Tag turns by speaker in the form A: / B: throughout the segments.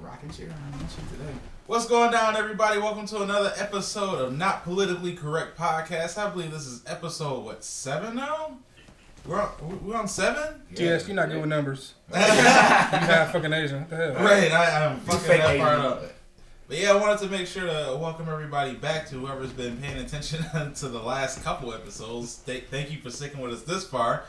A: rocking chair. I don't know shit today. What's going down, everybody? Welcome to another episode of Not Politically Correct Podcast. I believe this is episode what seven now. We're on, we're on seven.
B: Yes, you're not good with numbers.
A: right,
B: You half fucking Asian. What the hell?
A: I, I'm fucking
C: fake
A: that
C: Asian.
A: part up. But yeah, I wanted to make sure to welcome everybody back to whoever's been paying attention to the last couple episodes. Th- thank you for sticking with us this far.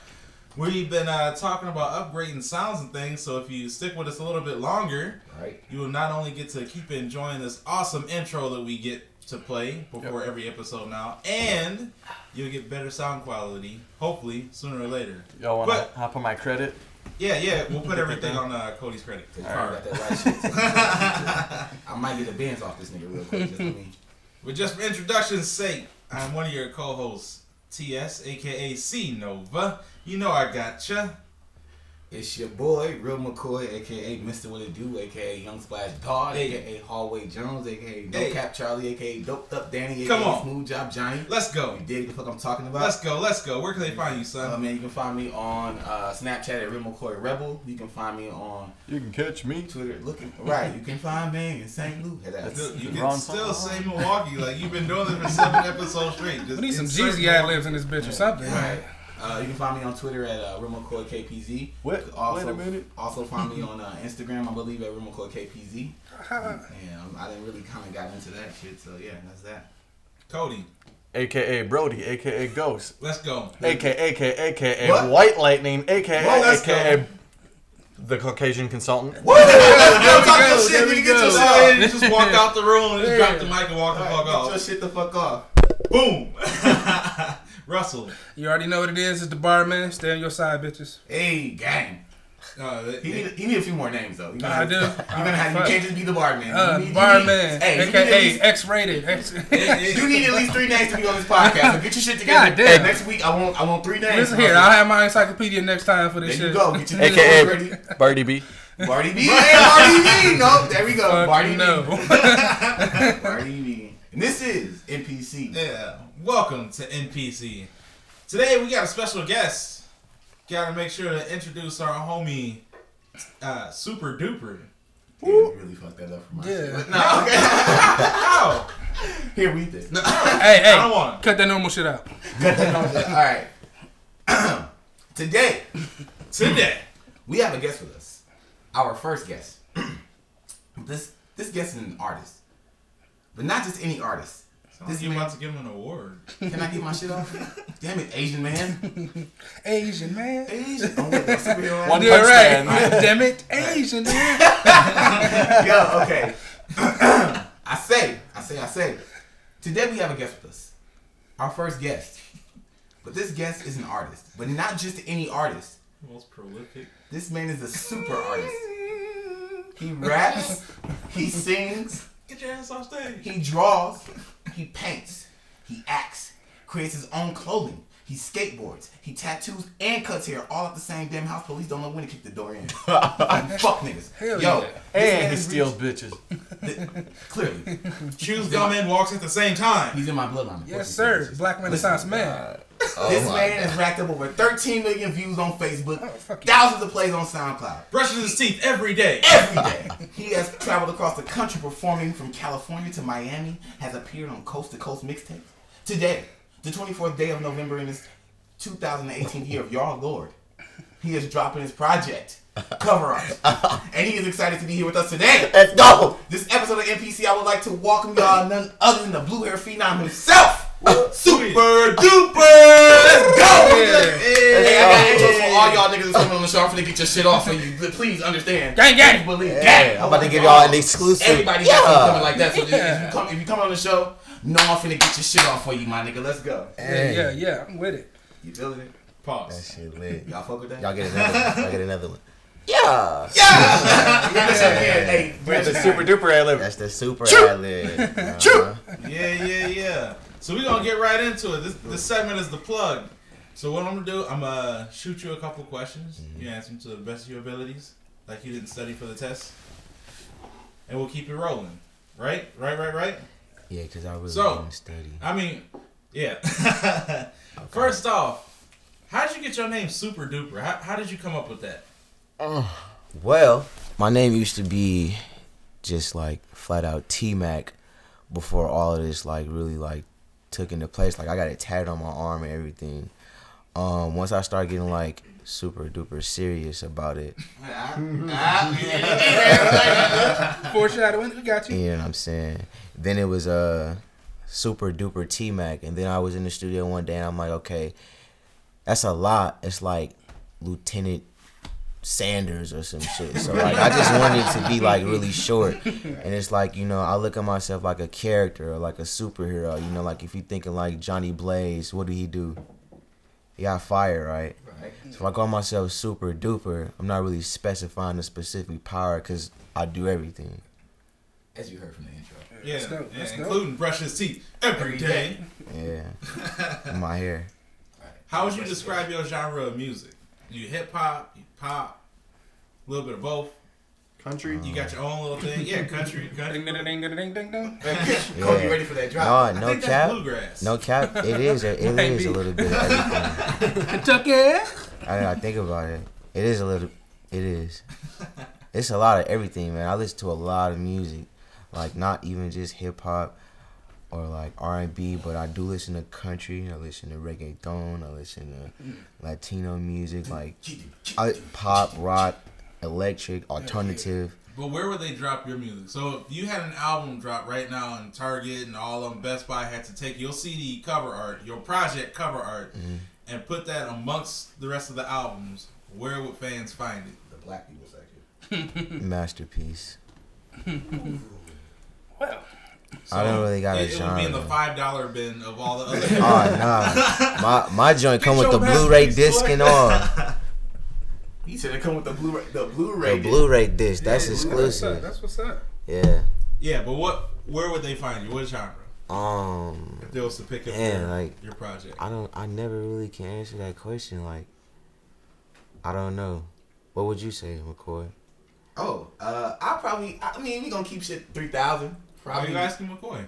A: We've been uh, talking about upgrading sounds and things, so if you stick with us a little bit longer,
C: Right.
A: you will not only get to keep enjoying this awesome intro that we get to play before every episode now, and you'll get better sound quality, hopefully, sooner or later.
D: Y'all want
A: But-
D: to hop on my credit?
A: Yeah, yeah, we'll put everything on uh, Cody's credit.
C: Cause you
D: Alright.
C: got that right shit. I might get the bands off this nigga real quick. Just let me.
A: But just for introduction's sake, I'm one of your co-hosts, TS, aka C Nova. You know I gotcha.
C: It's your boy, Real McCoy, aka Mr. What It Do, aka Young Splash Dog,
A: Hey.
C: aka Hallway Jones, aka No
A: Hey.
C: Cap Charlie, aka Doped Up Danny, aka
A: Come on.
C: Smooth Job Johnny.
A: Let's go.
C: You dig the fuck I'm talking about?
A: Let's go. Let's go. Where can they find you,
C: Uh,
B: Um,
A: son?
C: man, you can find me on uh, Snapchat at Real McCoy Rebel. You can find me on
D: You can catch me.
C: Twitter. Looking right, you can find me in St. Louis.
D: That's-
A: You
D: you
A: can
D: wrong
A: still
D: song.
A: say Milwaukee like you've been doing it for seven episodes straight. Just
B: We need some
A: insert
B: Jeezy ad libs in this bitch or something.
C: Right. Uh, you can find me on Twitter at uh, Real McCoy KPZ.
D: What?
C: You can Also,
D: Wait a minute.
C: Also find me on uh, Instagram, I believe, at Real McCoy KPZ.
B: Right.
C: And um, I didn't really kind of got into that shit, so yeah, that's that.
A: Cody,
D: AKA Brody, AKA Ghost,
A: let's go.
D: AKA, AKA, AKA
C: What?
D: White Lightning, AKA,
A: Well, let's
D: AKA the Caucasian Consultant.
C: What?
A: Don't talk
B: go,
A: your shit,
B: there
A: nigga.
B: we
A: Get your
B: go.
A: shit out. You Just walk out the room and just
B: Yeah.
A: drop the mic and walk the fuck
C: Get your
A: off.
C: shit the fuck off.
A: Boom. Russell.
B: You already know what it is. It's the barman. Stay on your side, bitches.
C: Hey, gang.
A: Uh, that-
C: He need, he need a few more names, though. You
B: I do.
C: You're gonna have, you can't just be the barman.
B: Uh,
C: you need, You
B: barman,
C: need, hey, you,
B: aka
C: need at
B: X-rated. X-
A: it-
C: least,
A: it-
C: you need at least three names to be on this podcast. So get your shit together.
B: God damn.
C: Hey, next week, I want I want three names.
B: Listen here, I'll have my encyclopedia next time for
C: There
B: this
C: you
B: shit.
C: go. Get your
D: AKA
C: names ready.
D: Barty B.
C: Barty B. Hey, Barty B. No, there we go.
B: Fuck
C: Barty B.
B: no.
C: Barty B. And this is NPC.
A: Yeah, welcome to NPC. Today we got a special guest. Gotta make sure to introduce our homie, uh, Super Duper.
C: Damn, you really fucked that up for my
B: Yeah.
C: shit. No, okay.
A: Ow!
C: here we did.
B: hey, hey,
A: I don't want
B: cut that normal shit out.
C: All right. Today
A: Today,
C: we have a guest with us. Our first guest. this this guest is an artist, but not just any artist.
A: Sounds
C: This
A: like you
C: man-
A: about to give him an award.
C: Can I get my shit off? Damn it, Asian man.
B: Asian man.
C: Asian. Oh, wait, my superhero ass.
D: One
B: Yeah,
D: punch
B: right.
D: man.
B: Damn it, Asian man.
C: Yo, okay. I say, I say, I say. Today we have a guest with us. Our first guest. But this guest is an artist. But not just any artist.
A: Most prolific.
C: This man is a super artist. He raps, he sings,
A: Get your ass off stage.
C: he draws, he paints, he acts, creates his own clothing, he skateboards, he tattoos and cuts hair all at the same damn house. Police don't know when to kick the door in. Fuck niggas.
B: Hell
C: Yo,
B: yeah.
C: this man
D: And he
C: is
D: steals bitches.
C: rich- Clearly.
A: Chews gum and walks at the same time.
C: He's in my bloodline. of
B: Yes,
C: course
B: sir.
C: he's in my bloodline.
B: Black Renaissance man.
C: This man has racked up over 13 million views on Facebook,
B: Oh, fuck you.
C: thousands of plays on SoundCloud.
A: Brushes his teeth every day.
C: Every day, he has traveled across the country performing from California to Miami, has appeared on Coast to Coast mixtapes. Today, the 24th day of November in this 2018 year of Y'all Lord, he is dropping his project, Cover Up. and he is excited to be here with us today.
D: Let's go!
C: This episode of NPC, I would like to welcome y'all none other than the blue hair phenom himself, Super Duper. Let's go!
B: Yeah.
C: Hey,
E: Oh.
C: I got intros for all y'all niggas that's coming on the show. I'm finna get your shit off of you. Please understand.
B: Gang, gang.
C: Please Believe.
E: Yeah, I'm about to give y'all an exclusive.
C: Everybody
E: yeah.
C: has something coming like that. So if- if,
B: Yeah.
C: you come, if you come on the show, no, I'm finna get your shit off for you, my nigga. Let's go.
B: Yeah,
E: Hey,
B: yeah, yeah. I'm with it.
C: You feeling it?
E: That
A: Pause.
E: shit lit.
C: Y'all fuck with that?
E: Y'all get another one. Y'all get another one. Yeah.
C: Yeah, yeah, yeah. Hey,
D: That's a super duper ad lib.
E: That's the super ad lib. Uh-huh.
A: Yeah, yeah, yeah. So we're gonna get right into it. This, this segment is the plug. So what I'm gonna do, I'm gonna shoot you a couple questions. You answer them to the best of your abilities, like you didn't study for the test. And we'll keep it rolling. Right? Right, right, right?
E: Yeah, because I really
A: So-
E: want to study.
A: I mean, yeah. First off, how'd you get your name Super Duper? How, how did you come up with that?
E: Well, my name used to be just like flat out T Mac before all of this like really like took into place. Like I got it tatted on my arm and everything. Um, once I started getting like super duper serious about it,
B: Foreshadowing, we got you.
E: you know what I'm saying? Then it was uh, super duper T Mac, and then I was in the studio one day and I'm like, okay, that's a lot. It's like Lieutenant Sanders or some shit. So like I just wanted to be like really short. And it's like, you know, I look at myself like a character or like a superhero. You know, like if you thinking like Johnny Blaze, what did he do? He got fired, right?
C: Right.
E: So if I call myself super duper, I'm not really specifying a specific power because I do everything.
C: As you heard from the intro.
A: Yeah,
B: Let's go,
A: yeah,
B: let's go.
A: including brush his teeth every
C: Every
A: day.
E: Yeah. My hair.
A: How would you describe your genre of music? You hip hop, you pop, a little bit of both.
D: Country.
A: You got your own little thing. Yeah, country,
B: Ding,
A: country.
B: ding, ding, ding, ding, ding, ding.
C: Kobe, you ready for that drop?
E: No,
A: I
E: no
A: think that's
E: cap.
A: bluegrass.
E: No cap. It is. It, it
B: Might
E: is a
B: be.
E: little bit of everything.
B: Kentucky.
E: I gotta think about it. It is a little. It is. It's a lot of everything, man. I listen to a lot of music, like not even just hip hop or like R and B, but I do listen to country. I listen to reggaeton. I listen to Latino music, like I, pop, rock, electric, alternative.
A: But where would they drop your music? So if you had an album drop right now in Target and all of them, Best Buy had to take your CD cover art, your project cover art,
E: Mm-hmm.
A: and put that amongst the rest of the albums. Where would fans find it?
C: The black people section.
E: Masterpiece.
B: Well,
E: I don't really got a
A: It, it would be in the
E: genre.
A: five dollar bin of all the other.
E: Oh nah, my my joint come with
A: Get
E: the
A: your
E: Blu-ray
A: masterpiece,
E: disc
A: boy.
E: and all.
C: He said it come with the Blu-ray. The Blu-ray.
E: The Blu-ray disc. That's
B: yeah,
E: exclusive.
B: That's what's up.
E: Yeah.
A: yeah, but what? Where would they find you? What genre?
E: Um.
A: If they was to pick up
E: Yeah,
A: your,
E: like-
A: your project.
E: I don't. I never really can answer that question. Like, I don't know. What would you say, McCoy?
C: Oh, uh, I probably. I mean, we gonna keep shit three thousand.
A: Why are
C: Probably.
A: you asking McCoy?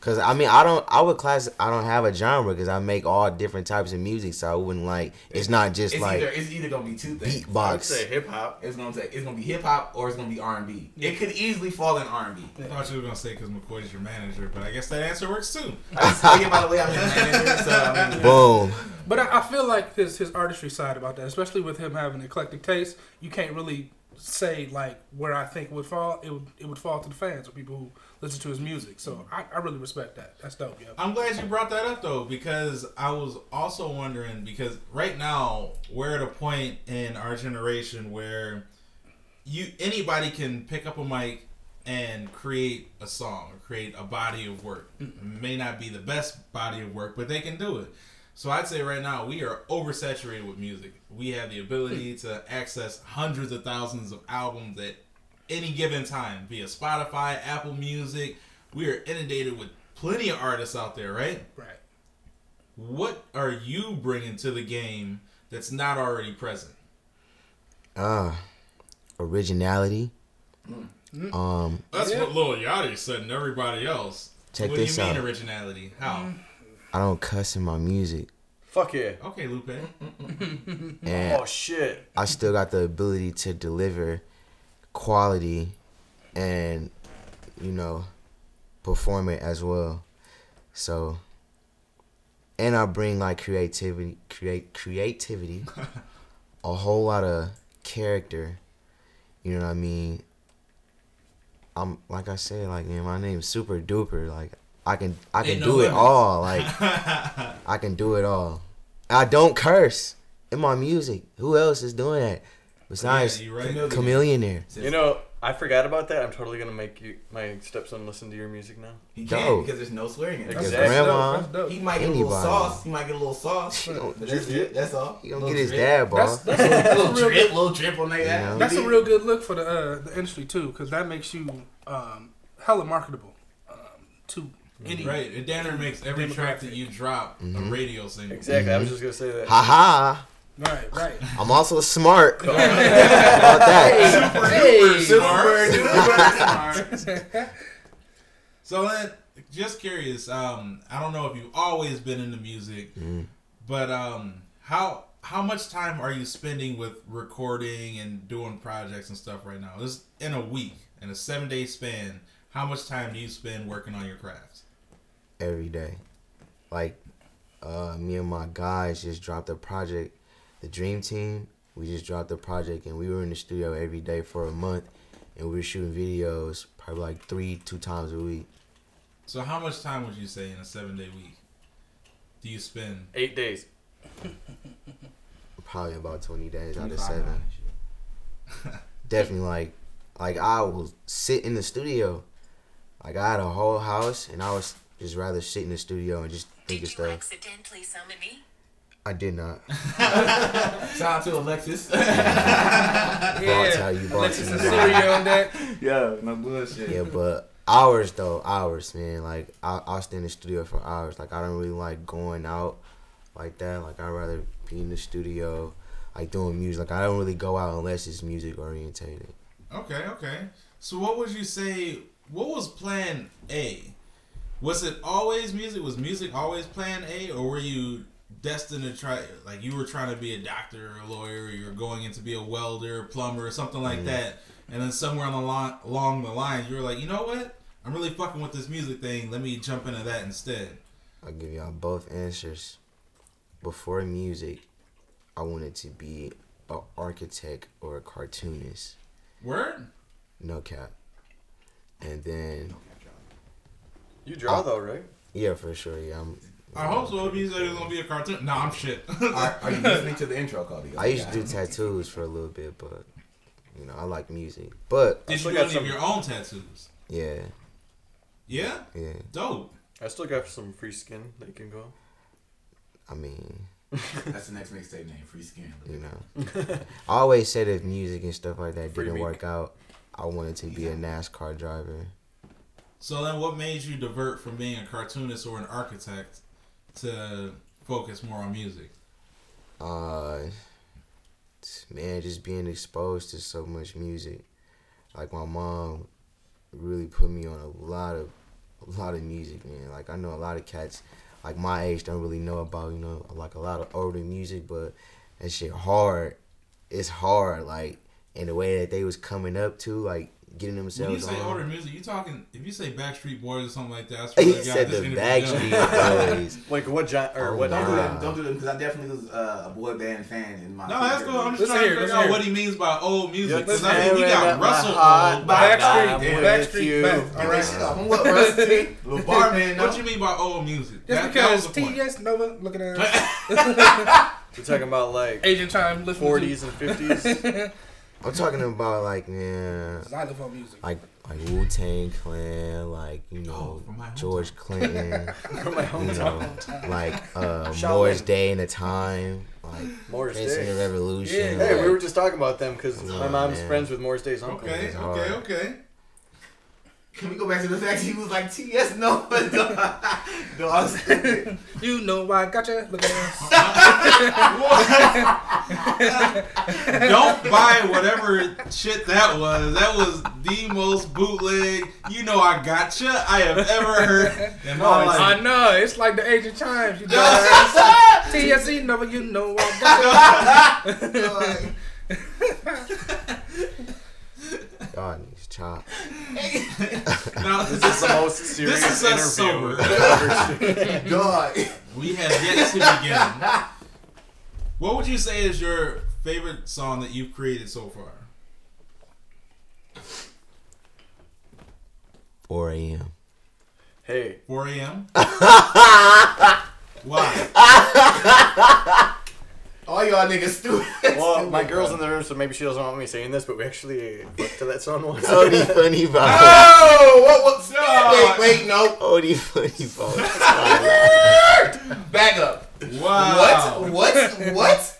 E: Cause I mean, I don't. I would class. I don't have a genre because I make all different types of music. So I wouldn't like. It's not just
C: It's
E: like
C: either it's either gonna be two things.
F: I'd
E: beatbox.
F: say hip hop.
C: It's gonna take. It's gonna be hip hop or it's gonna be R and B. It could easily fall in R and B.
A: I thought you were gonna say because McCoy's your manager, but I guess that answer works too.
C: Oh yeah, by the way, I'm his manager, so I mean,
E: Boom.
B: But I, I feel like his his artistry side about that, especially with him having eclectic taste, you can't really say like where I think it would fall. It would it would fall to the fans or people who listen to his music. So I, I really respect that. That's dope, yeah.
A: I'm glad you brought that up though, because I was also wondering because right now we're at a point in our generation where you anybody can pick up a mic and create a song or create a body of work. It may not be the best body of work, but they can do it. So I'd say right now we are oversaturated with music. We have the ability to access hundreds of thousands of albums at any given time via Spotify, Apple Music. We are inundated with plenty of artists out there, right?
B: Right.
A: What are you bringing to the game that's not already present?
E: Ah. originality. Um.
A: That's what Lil Yachty said and everybody else.
E: Check
A: what
E: this
A: do you mean
E: out.
A: originality? How?
C: Mm-hmm.
E: I don't cuss in my music,
D: Fuck yeah.
A: Okay, Lupe.
E: and
D: Oh shit.
E: I still got the ability to deliver quality and you know perform it as well. So and I bring like creativity create creativity a whole lot of character. You know what I mean? I'm like I said, like man, my name's super duper. Like I can I can
A: Ain't no
E: do it
A: limits.
E: all. Like I can do it all. I don't curse in my music. Who else is doing that besides
A: Yeah, you right.
E: Chameleonaire?
D: You know, I forgot about that. I'm totally gonna make you, my stepson listen to your music now.
C: he can't
E: Dope.
C: because there's no swearing in it.
E: His
D: Exactly.
E: grandma.
B: That's dope.
C: He might get a little
E: Anybody.
C: sauce. He might get a little sauce. But that's it. That's all.
E: He gonna
C: Little
E: get his
C: drip.
E: dad
B: That's
E: ball.
B: that's a, that's a
C: Little
B: real
C: drip,
B: good,
C: little drip on their ass.
B: that's a real good look for the uh, the industry too, because that makes you um, hella marketable um, to any
A: Right. It Danner makes every track that you drop
E: Mm-hmm.
A: a radio single.
D: Exactly. I was just gonna say that.
E: Ha ha.
B: Right, right.
E: I'm also smart. How about that?
A: Super smart. So then, just curious. Um, I don't know if you've always been into music,
C: Mm-hmm.
A: but um, how how much time are you spending with recording and doing projects and stuff right now? Just in a week, in a seven day span, how much time do you spend working on your craft?
E: every day. Like uh, me and my guys just dropped a project, the Dream Team. We just dropped a project and we were in the studio every day for a month, and we were shooting videos probably like three, two times a week.
A: So how much time would you say in a seven day week do you spend?
D: Eight days.
E: Probably about twenty days out of
C: 25
E: seven.
C: hours.
E: Definitely like, like I will sit in the studio. Like I had a whole house, and I was just rather sit in the studio and just think
F: Did
E: of
F: you
E: stuff.
F: accidentally summon me?
E: I did not.
C: Shout out to Alexis.
E: Brought to how you brought
B: Alexis
E: to
B: and
E: me.
B: Siri on that.
A: Yeah, no bullshit.
E: yeah, but hours though, hours, man. Like I, I'll stay in the studio for hours. Like I don't really like going out like that. Like I'd rather be in the studio, like doing music. Like I don't really go out unless it's music orientated.
A: Okay, okay. So what would you say? What was Plan A? Was it always music? Was music always Plan A, or were you destined to try? Like you were trying to be a doctor or a lawyer, or you were going in to be a welder, or plumber, or something like that. And then somewhere on the line, along the line, you were like, you know what? I'm really fucking with this music thing. Let me jump into that instead.
E: I'll give y'all both answers. Before music, I wanted to be an architect or a cartoonist.
A: Word.
E: No cap. And then
D: You draw though, right?
E: yeah, for sure. Yeah, I'm.
A: I hope so. It means that it's gonna be a cartoon. No, I'm shit.
C: are, are you listening to the intro, Cody?
E: I used to do tattoos for a little bit, but you know I like music. But
A: Did you
D: still
A: do
D: got
A: any of
D: some-
A: your own tattoos?
E: yeah,
A: Yeah.
E: yeah.
A: Dope.
D: I still got some free skin that you can go.
E: I mean,
C: That's the next mixtape name, Free Skin.
E: you know, I always said if music and stuff like that
D: Free
E: didn't
D: meek.
E: work out, I wanted to be a NASCAR driver.
A: So then, what made you divert from being a cartoonist or an architect to focus more on music?
E: Uh, man, just being exposed to so much music, like my mom really put me on a lot of, a lot of music, man. Like I know a lot of cats, like my age, don't really know about you know like a lot of older music, but that shit hard. It's hard, like in the way that they was coming up to, like getting
A: When you
E: themselves
A: say
E: on.
A: older music, you talking? If you say Backstreet Boys or something like that, that's
E: He
A: where I got
E: said
A: this
E: the
A: interview done.
E: Backstreet Boys.
D: Like what genre or
E: Oh,
D: what?
E: nah.
C: Don't do
D: genre?
C: them. Don't do them because I definitely was uh, a boy band fan in my.
A: No, that's cool. I'm just
B: Let's
A: trying
B: hear it,
A: to figure
B: let's
A: out
B: hear
A: what
B: it.
A: he means by old music. Because
D: let's
A: I mean, we
D: hear it,
A: got
D: let my
A: Russell
D: heart
A: old.
D: back
B: Backstreet,
D: I'm with
B: Backstreet,
D: you.
B: back. All
C: All
B: right.
C: right, shit up. I'm what, Rusty? Little barman.
A: What you mean by old music? That-
B: Just
A: that was
B: because
A: the point.
B: TS Nova looking at
D: We're talking about like
B: Agent Time listening
D: forties and fifties.
E: I'm talking about like man,
B: to xylophone music.
E: like like Wu Tang Clan, like you know
A: Oh, from my hometown.
E: George Clinton,
D: From my
E: you know,
D: hometown.
E: like uh,
D: Shaolin.
E: Moore's Day and the Time, like
D: Morris
E: Dancing in the
D: Day.
E: Revolution.
B: Yeah.
D: Hey, we were
E: like-
D: just talking about them because
E: Nah,
D: my mom's
E: man.
D: friends with Morris Day's uncle.
A: Okay,
E: Hard.
A: okay, okay.
C: Can we go back to the fact he was like TS no but no, no I was stupid.
B: You know why I gotcha? Look at us.
A: Don't buy whatever shit that was. That was the most bootleg. You know I gotcha. I have ever heard in my life.
B: I know. It's like the Agent Chimes. You guys. TSE E, Nova, you know why I gotcha.
C: So, like,
E: y'all niggas chop.
A: Now,
D: This is the most serious
A: This is us sober.
D: interview. I've ever seen.
C: God,
A: we have yet to begin. What would you say is your favorite song that you've created so far?
E: 4 a.m.
D: hey,
A: 4 a.m. Why?
C: all y'all niggas stupid.
D: well, my girl's in the room, so maybe she doesn't want me saying this, but we actually looked to that song once.
E: Odie Oh, funny vibes.
C: Oh, what, what,
A: No.
C: Wait, wait, no,
E: Odie funny vibes.
C: back up.
A: Wow.
C: What, what, what?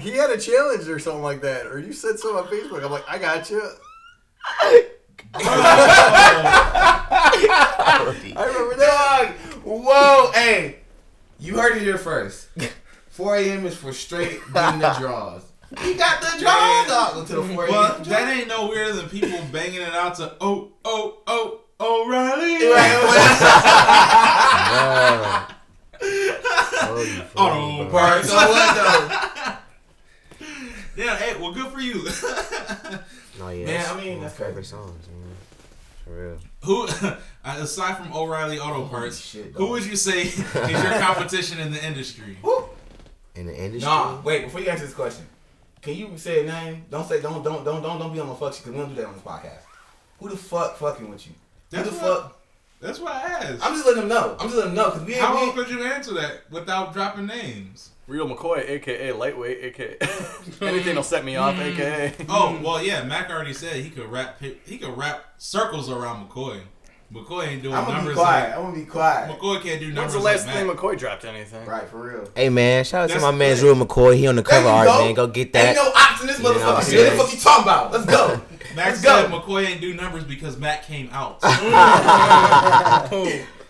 D: he had a challenge or something like that, or you said something on Facebook. I'm like, I got you. I remember
C: Dog,
D: that.
C: whoa, hey, you heard it here first. 4 a.m. is for straight getting the draws. He got the draws, dog. Go to the 4 a.m.
A: Well,
C: draws.
A: that ain't no weirder than people banging it out to oh oh oh O'Reilly.
E: Wow. Odie funny
A: Oh,
E: vibes.
A: Bart.
C: So what though?
A: Yeah, hey, well, Well, good for you.
E: No, yeah.
C: Man,
E: that's
C: I mean,
E: one of my
C: that's
E: favorite
C: crazy.
E: songs, man. For real.
A: Who, uh, aside from O'Reilly Auto Parts,
C: shit,
A: who
C: dog.
A: would you say is your competition in the industry?
C: Woo!
E: In the industry.
C: Nah, wait. Before you answer this question, can you say a name? Don't say don't don't don't don't don't be on my fuck shit because we don't do that on this podcast. Who the fuck fucking with you? Who
A: That's
C: the
A: what-
C: fuck?
A: That's why I asked.
C: I'm just letting them know. I'm just letting them know because we
A: How
C: ain't.
A: else
C: we ain't-
A: could you answer that without dropping names?
D: Real McCoy, aka Lightweight, aka anything'll set me off, aka.
C: Mm.
A: Oh well, yeah. Mac already said he could wrap he could wrap circles around McCoy. McCoy ain't doing
C: I'm gonna be
A: numbers.
C: quiet.
A: Like,
C: I'm gonna be quiet.
A: McCoy can't do
D: When's
A: numbers.
D: the last
A: like
D: time
A: Mac.
D: McCoy dropped anything?
C: Right, for real.
E: Hey man, shout out to
A: That's
E: my man's
A: good.
E: Real McCoy. He on the cover art,
C: go.
E: man. Go get
C: Ain't
E: that.
C: no ops in this
E: You know
C: motherfucker.
E: what I'm
C: shit. What
E: saying?
C: the fuck you talking about? Let's go.
A: Mac
C: Let's go.
A: said McCoy ain't do numbers because Mac came out.
B: Oh,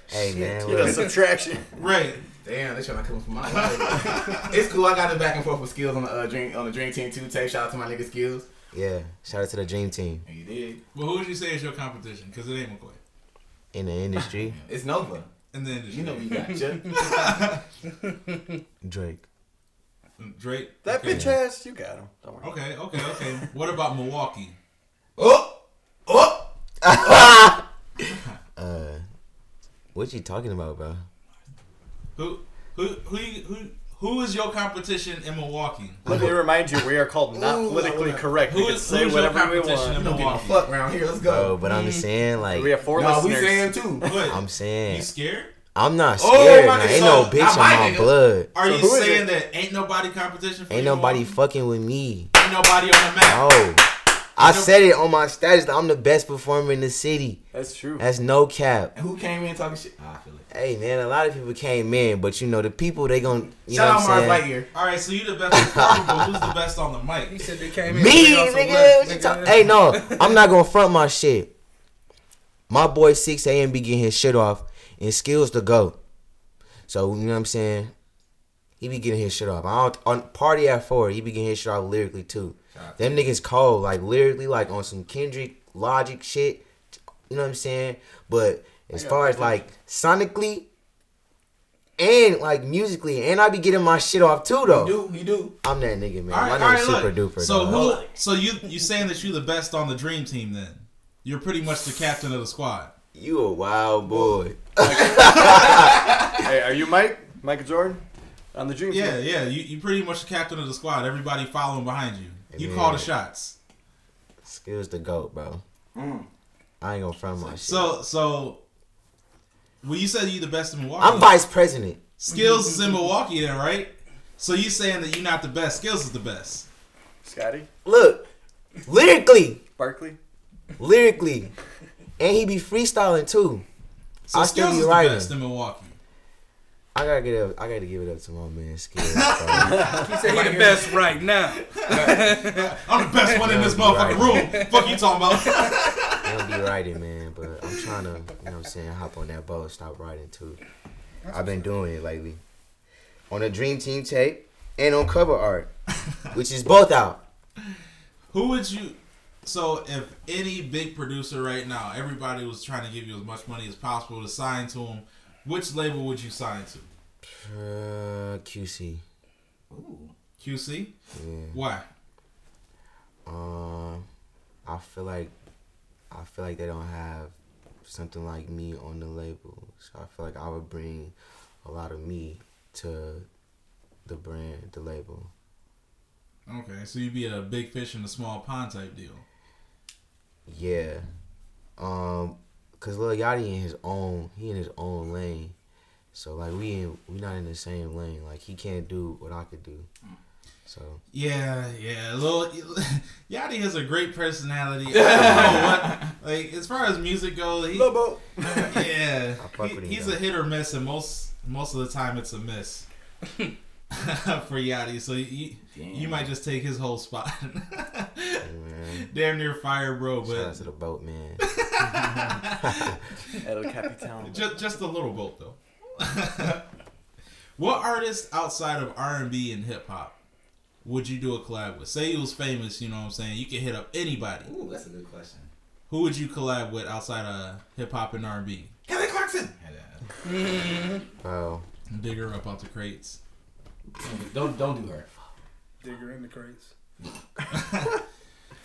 E: hey man,
D: He
E: look.
D: does subtraction.
A: right.
C: Damn, they trying to come for my life. it's cool. I got it back and forth with skills on the uh, dream on the dream team too. Tape shout out to my nigga skills.
E: yeah. Shout out to the Dream Team
C: And you did.
A: But who would you say is your competition? Because it ain't McCoy
E: in the industry.
C: It's Nova.
A: in the industry.
C: You know we got you.
E: Drake.
A: Drake.
D: That
A: okay.
D: bitch ass, you got him. Don't worry.
A: Okay, okay, okay. What about Milwaukee?
C: Oh, oh.
E: What you talking about, bro?
A: Who, who, who, who, who is your competition in Milwaukee?
D: Let me remind you, we are called not
C: Ooh,
D: politically
C: I wanna-
D: correct. We
A: Who
D: can
A: is-
D: say
A: who's your
D: whatever we
A: competition
D: want.
A: in
C: Don't give a
A: Milwaukee?
C: fuck around here. Let's
E: Oh,
C: go.
E: but I'm just saying, like,
D: We have four
C: No, we
D: listeners.
C: saying too.
A: What?
E: I'm saying,
A: you scared?
E: I'm not
C: Oh,
E: scared.
C: my
E: man.
C: nigga,
E: Ain't
C: so-
E: no bitch
C: not
E: on
C: my
E: my
C: nigga.
E: blood.
A: Are
D: So
A: you
D: who is
A: saying
D: it?
A: that ain't nobody competition for
E: Ain't
A: you,
E: nobody
A: Milwaukee?
E: fucking with me.
A: Ain't nobody on the map.
E: Oh, I
A: Ain't no-
E: said it on my status. that I'm the best performer in the city.
D: That's true.
E: That's no cap.
C: And who came in talking shit? Ah, I feel it.
E: Hey man, a lot of people came in, but you know the people they gon' you
C: Shout
E: know
C: out Mars
E: what I'm saying.
C: Lightyear.
A: All right, so you the best performer, but who's the best on the mic?
B: he said they came in.
E: Me,
B: they also
E: nigga.
B: left,
E: What you
B: nigga.
E: talk- hey, no, I'm not gonna front my shit. My boy 6 a.m. be getting his shit off and skills to go. So you know what I'm saying? He be getting his shit off. I don't, on party at four, he be getting his shit off lyrically too. Them niggas cold, like lyrically, like on some Kendrick logic shit. You know what I'm saying? But as far as like sonically and like musically, and I be getting my shit off too though.
C: He do, he do.
E: I'm that nigga, man.
A: All right,
E: My
A: all
E: name's
A: right,
E: super
A: look.
E: duper.
A: So
E: dog.
A: who? So you you saying that you the best on the dream team? Then you're pretty much the captain of the squad.
E: You a wild boy.
D: Hey, are you Mike? Michael Jordan? On the Dream
A: Yeah,
D: Team?
A: yeah. You you pretty much the captain of the squad. Everybody following behind you. You
E: Amen.
A: call the shots.
E: Skills the goat, bro. I ain't gonna front my shit.
A: So so. Well, you said you the best in Milwaukee.
E: I'm vice president.
A: Skills is in Milwaukee, then, right? So you saying that you're not the best? Skills is the best.
D: Scotty?
E: Look, lyrically,
D: Barkley?
E: lyrically, and he be freestyling too.
A: So
E: I still
A: Skills
E: be
A: is the
E: writing.
A: best in Milwaukee.
E: I gotta get up. I gotta give it up to my man Skills. bro.
B: He said he the best right now.
A: I'm the best one in this motherfucking room. Fuck you talking about?
E: he don't be writing, man. But I'm trying to, you know, what I'm saying, hop on that boat, stop writing too. I've been doing it lately, on the Dream Team tape and on cover art, which is both out.
A: Who would you? So if any big producer right now, everybody was trying to give you as much money as possible to sign to them, which label would you sign to?
E: Uh, QC.
A: QC?
E: Yeah.
A: Why?
E: Um, I feel like I feel like they don't have something like me on the label, so I feel like I would bring a lot of me to the brand, the label.
A: Okay, so you'd be a big fish in a small pond type deal.
E: Yeah, um, cause Lil Yachty in his own, he in his own lane, so like we in, we not in the same lane. Like he can't do what I could do, so
A: Yeah, yeah. Lil Yachty has a great personality. I don't know what, like as far as music goes, he,
D: Lobo!
A: yeah,
E: I fuck
A: he-
E: with him,
A: he's
E: though.
A: a hit or miss, and most most of the time it's a miss for Yachty. So you you might just take his whole spot.
E: hey, man.
A: Damn near fire, bro,
E: Shout out
A: but
E: to the boat man.
D: El Capitan.
A: just just a little boat though. what artist outside of R and B and hip hop would you do a collab with? Say you was famous, you know what I'm saying? You could hit up anybody.
C: Ooh, that's a good question.
A: Who would you collab with outside of hip hop and R and B?
C: Kelly Clarkson.
E: Bro,
A: Dig her up out the crates.
C: Don't don't do her.
B: Digger in the crates.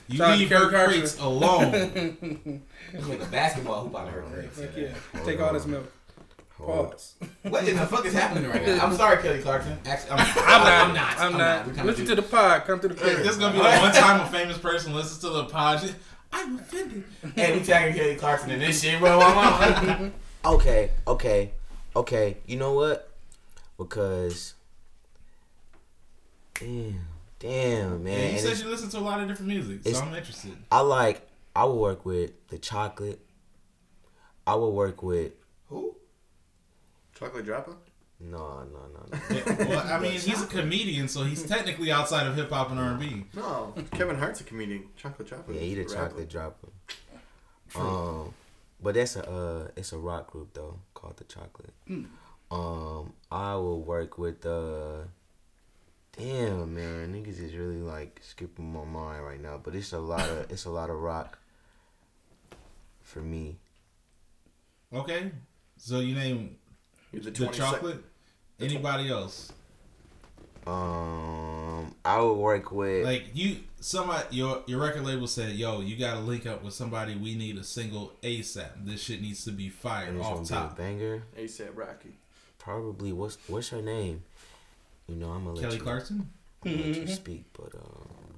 A: You
B: Shout out to
A: leave
B: Kerry
A: her
B: Carson.
A: crates alone.
C: Just make a basketball hoop out of her crib.
B: Heck yeah. Take all this milk.
E: Hold.
B: Pause.
C: What in the fuck is happening right now? I'm sorry, Kelly Clarkson. Actually, I'm,
B: I'm not.
C: I'm
B: I'm not.
C: We're trying
B: Listen
C: do-
B: to the pod. Come to the
A: This is
B: crib.
A: gonna be like one time a famous person listens to the pod. I'm offended.
C: Hey, we tagging Kelly Clarkson in this shit, bro. I'm on.
E: Okay, okay, okay. You know what? Because damn, damn, man.
A: Yeah, you
E: And
A: said
E: it's-
A: you listen to a lot of different music, so
E: it's-
A: I'm interested.
E: I like. I will work with the chocolate. I will work with.
C: Who?
D: Chocolate Dropper?
E: No, no, no, no.
A: Yeah, well, I mean, he's a comedian, so he's technically outside of hip hop and R&B.
D: No. Kevin Hart's a comedian. Chocolate Dropper.
E: Yeah, eat a
D: rapper.
E: chocolate dropper. Um, but that's a uh, it's a rock group though called the Chocolate.
A: Mm.
E: Um, I will work with uh, damn man, niggas is really like skipping my mind right now. But it's a lot of it's a lot of rock for me.
A: Okay, so you name
D: You're
A: the,
D: twenty sec-
A: chocolate. Anybody else?
E: Um, I will work with
A: Like you, somebody your your record label said, "Yo, you got to link up with somebody. We need a single ASAP. This shit needs to be
E: and
A: fired
E: it's
A: off
E: gonna be a
A: top."
E: banger.
D: ASAP Rocky.
E: Probably what's what's her name? You know I'm gonna let
A: Kelly
E: you,
A: Clarkson, Mm-hmm.
E: let you speak, but um,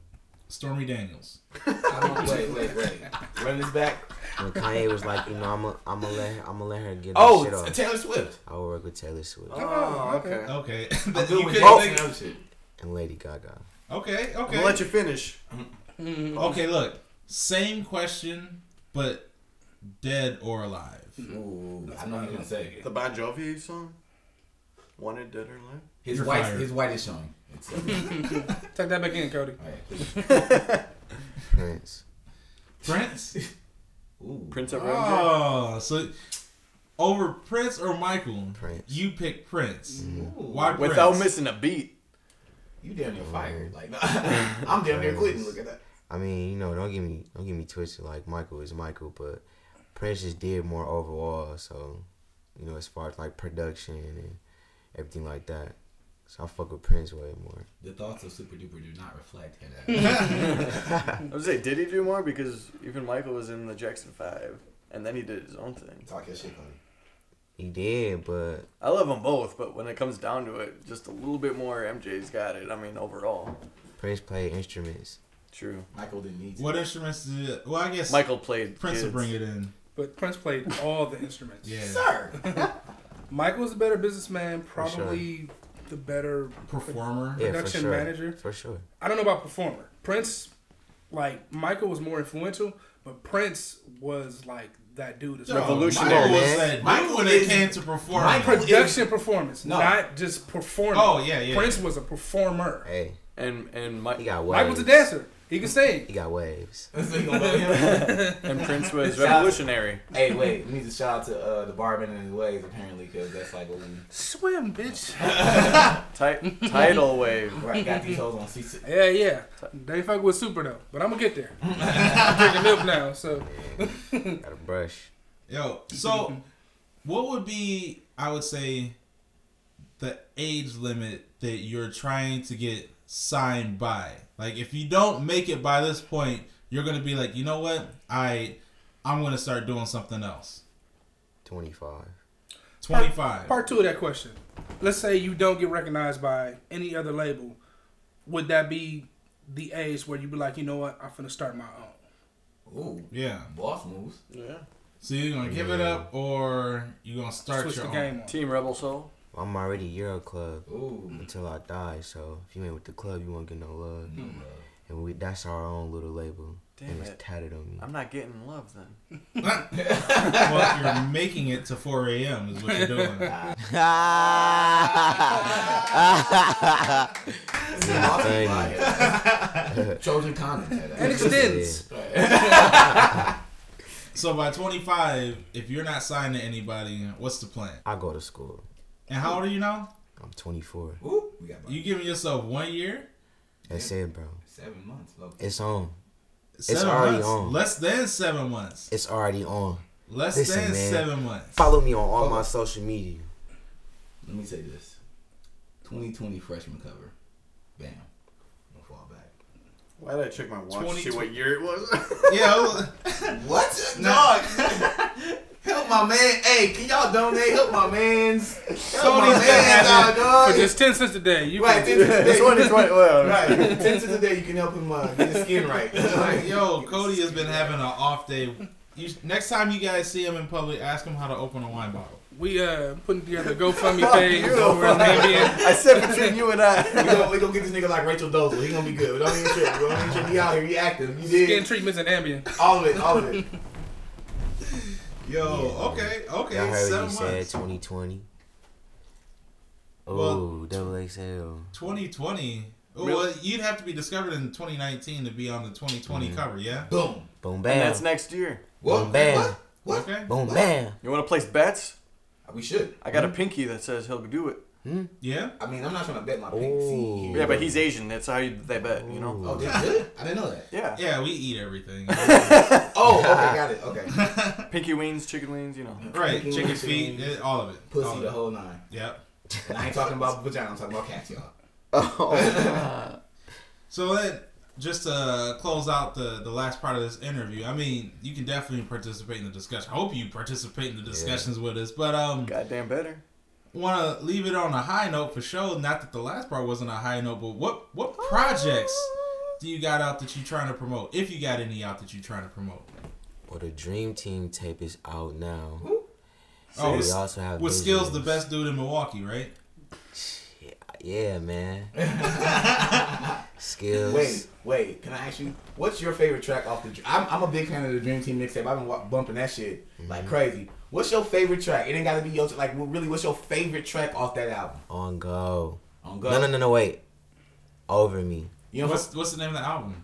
A: Stormy Daniels.
C: I'm on. Wait, wait, wait. Run this back.
E: when Kanye was like, you know, I'm gonna I'm gonna let her, I'm gonna let her get this
C: Oh,
E: shit off.
C: it's Taylor Swift.
E: I will work with Taylor Swift
D: Oh, okay. I'm
A: Okay,
C: I'm
A: You
C: good with
A: couldn't
C: that.
A: think-
C: Some shit.
E: and Lady Gaga.
A: okay, okay.
D: gonna let you finish.
A: Okay, look. Same question, but dead or alive.
C: Ooh, I know you're gonna say it.
D: The Bon Jovi song? Wanted Dead or Alive?
C: His
A: You're
C: white,
A: fired.
C: his white is showing. It's, okay.
B: Take that back in, Cody.
C: All right, please.
E: Prince.
A: Prince?
C: Ooh,
D: Prince of Rome.
A: oh, so over Prince or Michael?
E: Prince.
A: You pick Prince.
C: Ooh.
A: Why Prince?
D: Without missing a beat.
C: you damn near fired. Like I'm damn near quitting. Look at that.
E: I mean, you know, don't get me don't get me twisted. Like Michael is Michael, but Prince just did more overall. So, you know, as far as like production and everything like that. So I fuck with Prince way more.
C: The thoughts of Super Duper do not reflect that.
D: I was gonna say, did he do more? Because even Michael was in the Jackson 5, and then he did his own thing.
C: Talk your shit, buddy.
E: He did, but
D: I love them both, but when it comes down to it, just a little bit more MJ's got it. I mean, overall.
E: Prince played instruments.
D: True.
C: Michael didn't need to.
A: What instruments did? Well, I guess
D: Michael played.
A: Prince will
D: kids.
A: bring it in.
B: But Prince played all the instruments.
A: Yeah,
C: Sir,
B: Michael was a better businessman,
E: For sure.
B: probably the better.
A: performer.
E: Yeah, for
B: Production
E: sure.
B: manager.
E: For sure.
B: I don't know about performer. Prince, like Michael, was more influential, but Prince was like that dude. As
A: Yo,
B: well.
D: Revolutionary,
A: Michael was
E: man.
A: that dude
C: Michael
A: when it
C: is-
A: came to performing.
C: Michael-
B: Production performance,
C: No.
B: not just performing.
A: Oh, yeah, yeah,
B: Prince was a performer.
E: Hey,
D: And and
E: he
D: Mike
E: got waves.
B: Michael's a dancer. He can sing.
E: He got waves.
C: So you gonna let him-
D: and Prince was
C: Shout-
D: revolutionary.
C: hey, wait. We need to shout out to uh, the barman and his ways apparently because that's like what we
B: Swim, bitch.
D: Ti- tidal wave.
C: right got these hoes on C.
B: Yeah, yeah. They fuck with super though, but I'm gonna get there. I'm drinking milk now, so
E: got a brush.
A: Yo, so what would be, I would say, the age limit that you're trying to get signed by? Like, if you don't make it by this point, you're going to be like, you know what? I, I'm going to start doing something else.
E: Twenty five.
A: 25.
B: part two of that question. Let's say you don't get recognized by any other label. Would that be the age where you be like, you know what, I'm finna start my own?
C: Ooh,
A: Yeah.
C: boss moves.
D: Yeah.
A: So you're going to give it up or you're going to start
B: Switch
A: your
B: the
A: own.
B: game on.
D: Team Rebel Soul.
E: I'm already Euro Club.
C: Ooh,
E: until I die. So if you ain't with the club, you won't get no love. And we that's our own little label.
D: Damn
E: and it's
D: it.
E: tatted on me.
D: I'm not getting love then.
A: Well, you're making it to 4 a.m. is what you're doing.
E: Funny.
C: Trojan condoms.
B: And extends.
A: So by 25, if you're not signed to anybody, what's the plan?
E: I go to school.
A: And how old are you now?
E: I'm 24.
C: Ooh, we got about
A: You giving yourself one year?
E: That's it, bro.
C: seven months. Look,
E: It's on.
A: seven
E: already
A: months.
E: on.
A: Less than seven months.
E: It's already on.
A: Less
E: Listen,
A: than
E: man.
A: seven months.
E: Follow me on all my social media.
C: let me say this: 2020 freshman cover, bam, no fall back.
D: Why did I check my watch to
A: 20
D: see what year it was?
A: Yeah,
C: What? Dog. help my man. Hey, can y'all donate? Help my man's. Help my
B: Sony's
C: man's out,
A: Uh,
B: For
C: dog.
B: just ten cents a day, you
C: Right,
B: can,
C: ten cents a day.
D: 2020. Well,
C: Right. Ten cents a day, you can help him uh, get his skin right.
A: like, yo, Oh, Cody has been having an off day. You, next time you guys see him in public, ask him how to open a wine bottle.
B: we uh putting together a GoFundMe
D: Fuck
B: page
D: you.
B: over in Nambian.
D: I said between you and
C: we
D: I.
C: gonna, Oh, we gonna get this nigga like Rachel Dozel. He gonna be good. We don't even trip. We don't even trip. He out here. He active. You
B: Getting
C: did
B: treatments in Ambien.
C: all of it. All of it.
A: Yo,
E: Yeah.
A: okay, okay,
E: Y'all heard what
A: seven
E: you said,
A: months.
E: 2020.
A: Well,
E: Oh, double XL.
A: 2020.
D: Really?
A: Oh, Well, you'd have to be discovered in 2019 to be on the 2020
E: Mm-hmm.
A: cover, yeah?
C: Boom.
E: Boom,
D: And
E: bam.
D: that's next year.
C: What?
E: Boom, bam.
C: What? What?
A: Okay.
E: Boom, bam.
D: You want to place bets?
C: We should.
D: I got a pinky that says he'll do it.
A: Yeah?
C: I mean, I'm not trying to bet my pink
E: Ooh.
C: seed here.
D: Yeah, but he's Asian. That's how you, they bet, you know?
C: Oh, that's good. I didn't know that.
D: Yeah.
A: Yeah, we eat everything.
C: Oh, okay, got it. Okay.
D: Pinky wings, chicken wings, you know.
A: right,
C: Chicken
A: chicken
C: wings,
A: feet,
C: wings.
A: eh, all of it.
C: Pussy
A: all of
C: the
A: it.
C: whole nine.
A: Yep.
C: And I ain't talking about vagina. I'm talking about cats, y'all.
A: So then, just to close out the, the last part of this interview, I mean, you can definitely participate in the discussion. I hope you participate in the discussions with us, but um,
D: Goddamn better.
A: want to leave it on a high note for sure. Not that the last part wasn't a high note, but what what projects do you got out that you trying to promote? If you got any out that you trying to promote,
E: Well, the Dream Team tape is out now.
A: oh,
E: we
A: with,
E: also have
A: with
E: visuals.
A: skills the best dude in Milwaukee, right?
E: Yeah, man. skills.
C: Wait, wait. Can I ask you? What's your favorite track off the? dr- I'm, I'm a big fan of the Dream Team mixtape. I've been wa- bumping that shit
E: Mm-hmm.
C: like crazy. What's your favorite track? It ain't gotta be your like. well, Really, what's your favorite track off that album?
E: On go.
C: On go.
E: No, no, no, no. Wait. Over me.
C: You know
A: What's what's the name of the album?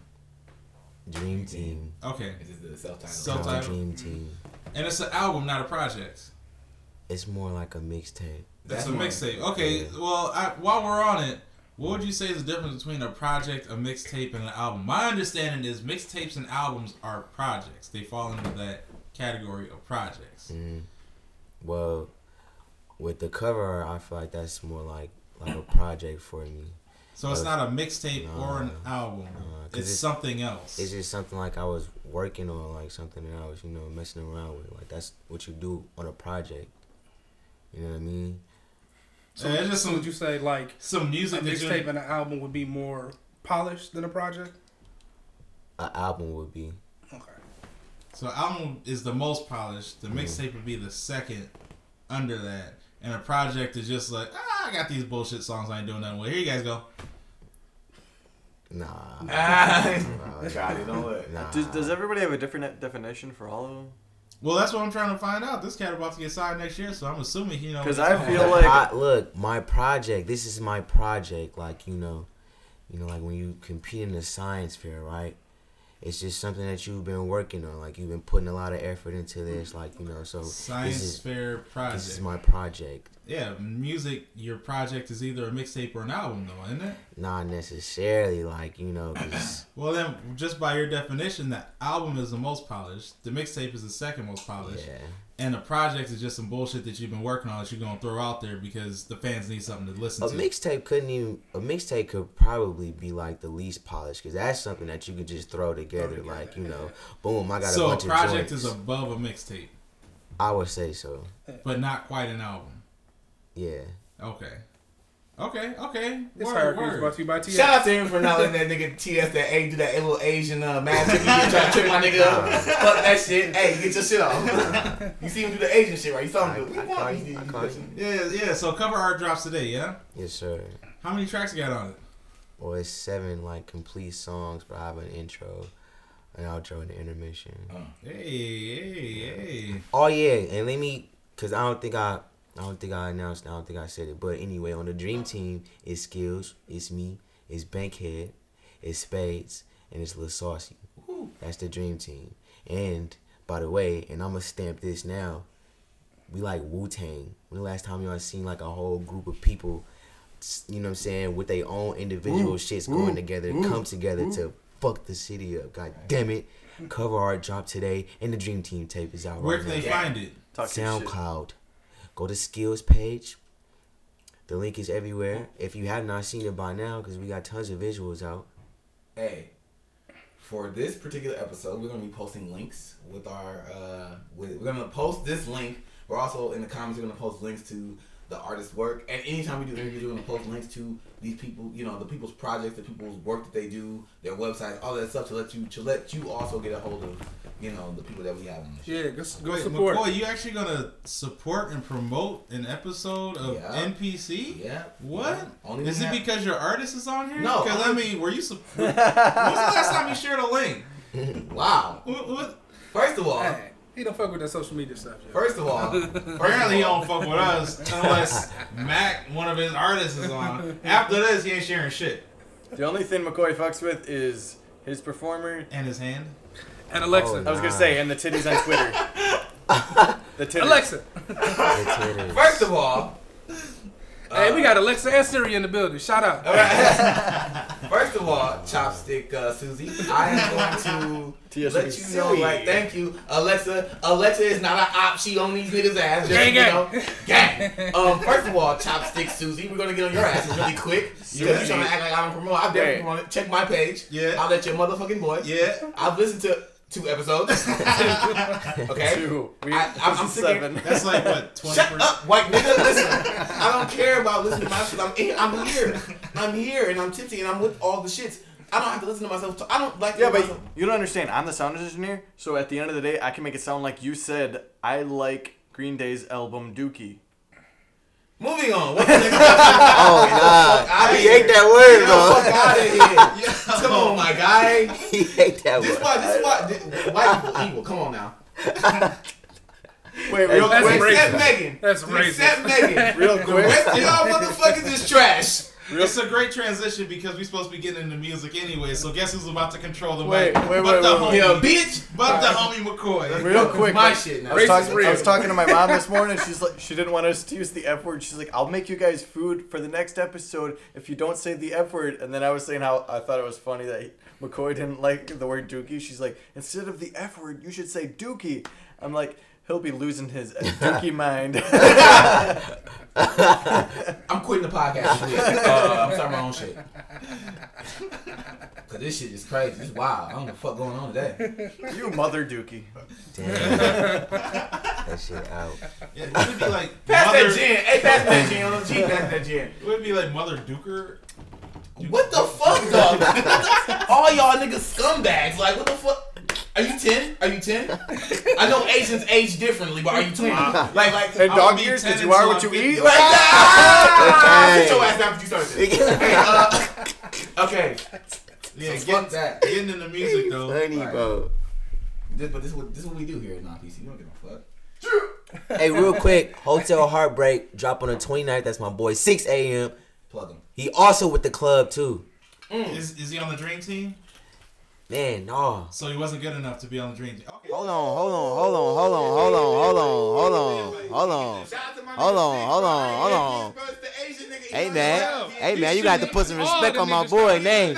E: Dream Team.
A: Okay,
C: This is the self-titled.
A: So-
E: It's
A: Self-titled.
E: Dream Team.
A: and it's an album, not a project.
E: It's more like a mixtape.
A: That's, a
C: That's
A: mixtape. Okay,
E: Yeah.
A: well, I, while we're on it, what would you say is the difference between a project, a mixtape, and an album? My understanding is mixtapes and albums are projects. They fall into that category of projects.
E: Mm. Well, with the cover art, I feel like that's more like like a project for me.
A: So it's
E: Uh,
A: not a mixtape
E: no,
A: or an album.
E: no,
A: it's,
E: 'cause it's-
A: something else.
E: It's just something like I was working on, like something that I was, you know, messing around with. Like that's what you do on a project. You know what I mean?
A: so it's just
B: So would
A: some,
B: you say like
A: some
B: a
A: music that
B: mixtape
A: you
B: and an album would be more polished than a project?
E: An album would be.
B: Okay.
A: So album is the most polished. The
E: Mm-hmm.
A: mixtape would be the second under that. And a project is just like, ah, I got these bullshit songs I ain't doing nothing with. Here you guys go.
E: Nah.
C: Ah, got it. Don't look.
E: Nah.
D: Does, does everybody have a different definition for all of them?
A: Well, that's what I'm trying to find out. This cat about to get signed next year, so I'm assuming he knows.
D: Because
A: what he's
D: I
A: talking
D: feel
A: about.
D: like
E: I, look, my project. This is my project. Like you know, you know, like when you compete in the science fair, right? It's just something that you've been working on. Like you've been putting a lot of effort into this. Like you know, so
A: science
E: this is
A: fair project.
E: this is my project.
A: yeah, music. Your project is either a mixtape or an album, though, isn't it?
E: Not necessarily like you know, 'cause-
A: Well, then, just by your definition, the album is the most polished. The mixtape is the second most polished,
E: yeah.
A: and the project is just some bullshit that you've been working on that you're gonna throw out there because the fans need something to listen
E: A
A: to.
E: mixtape couldn't even. A mixtape could probably be like the least polished because that's something that you could just throw together. Like you know, boom, I got a
A: so a
E: bunch
A: project
E: of
A: is
E: joints. I
A: above a mixtape,
E: would say so.
A: but not quite an album.
E: Yeah.
A: Okay. Okay. Okay.
B: This
A: Word,
B: hierarchy is
A: word.
B: brought to you by TS.
C: Shout out to him for not letting that nigga TS that A do that little Asian uh, mad trick again, trying to trick my nigga up. Fuck that shit. Hey, get your shit off. you see him do the Asian shit, right? You saw him do it.
E: I- I caught you, I caught you.
A: Yeah, yeah. So cover art drops today, yeah.
E: Yes, sir.
A: How many tracks you got on it?
E: Well, it's seven like complete songs, but I have an intro, an outro, and an intermission.
A: Hey, hey, hey.
E: Oh yeah, and let me, cause I don't think I, I don't think I announced, I don't think I said it, but anyway, on the dream team, it's skills, it's me, it's Bankhead, it's Spades, and it's Lil Saucy. That's the dream team. And by the way, and I'ma stamp this now. We like Wu Tang. When the last time y'all seen like a whole group of people, s- you know what I'm saying, with their own individual shits going together, come together to fuck the city up. God damn it. Cover art dropped today, and the Dream Team tape is out
A: Where
E: right
A: can
E: now.
A: they find it?
D: talk your shit.
E: SoundCloud. Go to skills page. The link is everywhere. If you have not seen it by now, because we got tons of visuals out.
C: Hey, for this particular episode, we're gonna be posting links with our. Uh, with, we're gonna post this link. We're also in the comments. We're gonna post links to the artist's work. And anytime we do interviews, we're gonna post links to these people. You know, the people's projects, the people's work that they do, their websites, all that stuff to let you to let you also get a hold of. You know, the people that we have on the show.
B: Yeah, just go
A: Wait,
B: support.
A: McCoy, you actually gonna support and promote an episode of
C: Yeah.
A: NPC?
C: Yeah.
A: What?
C: Yeah. Only
A: Is
C: we
A: it
C: have-
A: because your artist is on here?
C: No,
A: Because I
C: only-
A: mean, were you? Su- when was the last time you shared a link?
C: Wow.
A: What, what?
C: First of all,
B: Hey, he don't fuck with that social media stuff. Yo.
C: first of all, first of
A: Apparently, he
C: all-
A: don't fuck with us unless Mac, one of his artists, is on. After this, he ain't sharing shit.
D: The only thing McCoy fucks with is his performer.
A: And his hand.
B: and Alexa,
D: I was gonna
E: Nah.
D: say, and the titties on Twitter. the titties.
B: Alexa.
E: The Twitter.
C: First of all,
B: hey, we got Alexa and Siri in the building. Shout out.
C: all right. first of all, chopstick uh, Susie, I am going to
D: T.S.
C: let you know. Right, thank you, Alexa. Alexa is not an op. She on these niggas' ass. Just,
B: Gang,
C: you
B: gang.
C: know, gang. Um, first of all, chopstick Susie, we're gonna get on your asses really quick because you're trying to act like I don't promote. I've
D: Wait.
C: definitely promoted. Check my page.
A: Yeah.
C: I'll let your motherfucking boy.
A: Yeah.
C: I've listened to two episodes. okay.
D: Two. We,
C: I- I'm- I'm sick of-
D: seven.
A: That's like what twenty.
C: Shut up, white nigga. Listen, I don't care about listening to my shit. I'm in, I'm here. I'm here, and I'm tipsy, and I'm with all the shits. I don't have to listen to myself. Talk. I don't like.
D: Yeah,
C: to
D: but
C: myself.
D: you don't understand. I'm the sound engineer, so at the end of the day, I can make it sound like you said. I like Green Day's album Dookie.
C: moving on. What's the next topic?
E: Oh, nah.
C: outta
E: He
C: here.
E: hate that
C: Get
E: word,
C: the fuck
E: bro.
C: out of here. Come on, my guy.
E: He hate that
C: This is
E: word.
C: why. This is why. This, white people evil. Come on now.
D: Wait, real
B: That's
D: quick.
B: racist.
C: Except Megan.
B: That's
C: Except
B: racist.
C: Megan.
D: Real
C: The rest
D: quick.
C: of y'all motherfuckers is trash.
A: It's a great transition because we're supposed to be getting into music anyway. So guess who's about to control the
D: Wait,
A: mic?
D: wait,
A: but
D: wait,
A: the
D: wait,
A: homie,
C: Yeah, bitch.
A: but the homie McCoy.
D: Real quick.
C: My shit now.
D: I was,
B: Racist
D: talking, I was
B: real.
D: talking to my mom this morning. She's like, she didn't want us to use the F word. She's like, I'll make you guys food for the next episode if you don't say the F word. And then I was saying how I thought it was funny that McCoy didn't like the word dookie. She's like, instead of the F word, you should say dookie. I'm like, he'll be losing his dookie mind.
C: I'm quitting the podcast. Shit. Uh, I'm starting my own shit. Cause this shit is crazy. It's wild. I don't know what the fuck going on today.
D: you mother dookie.
E: Damn. That shit out.
A: Yeah, it would be like
C: Pass
A: mother.
C: that gin. Hey, pass that gin. On the G, pass that gin.
A: It would be like Mother Duker.
C: What the fuck, dog? All y'all niggas scumbags. Like, what the fuck? Are you ten? Are you ten? I know Asians age differently, but are you twenty? Like, like.
D: And
A: I would
D: dog
A: be
D: ears,
A: 10
D: because you are
A: until
D: what you
A: I'm
D: eat.
A: 50.
C: Like, ah!
E: Hey.
C: Sit your ass down after you started. this. Hey, uh, okay,
A: Yeah,
C: So
A: get,
C: fuck that.
A: getting into music though.
E: Funny, bro.
C: this, but this is what this is what we do here at Non PC. You don't give a fuck.
E: Hey, real quick. Hotel Heartbreak drop on the 29th. That's my boy. 6 a.m.
C: Plug them.
E: He also with the club, too.
A: Is, is he on the dream team?
E: Man, no.
A: So he wasn't good enough to be on the dream team. Okay.
D: Hold on, hold on, hold on, hold on, hold on, hold on, hold on, hold on. Hold on, hold on, hold on. Hey man, hey man, you got to put some respect on my boy name.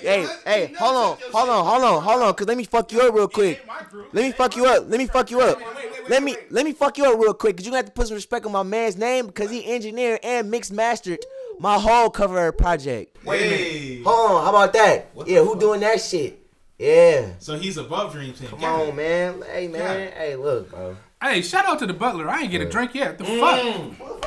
D: Hey, hey, hold on, hold on, hold on, hold on, cause let me fuck you up real quick.
A: My group.
E: Let me fuck you up. Let me fuck you up. Let me let me fuck you up real quick, cause you gonna have to put some respect on my man's name because he engineered and mix mastered my whole cover art project.
A: Hey.
E: Hold on, how about that?
C: What
E: yeah,
C: the
E: who
C: fuck?
E: doing that shit? Yeah.
A: So he's above dream team.
E: Come on, man. Hey man. Hey, look, bro.
B: Hey, shout out to the butler. I ain't get a drink yet. The
C: Mm.
B: fuck?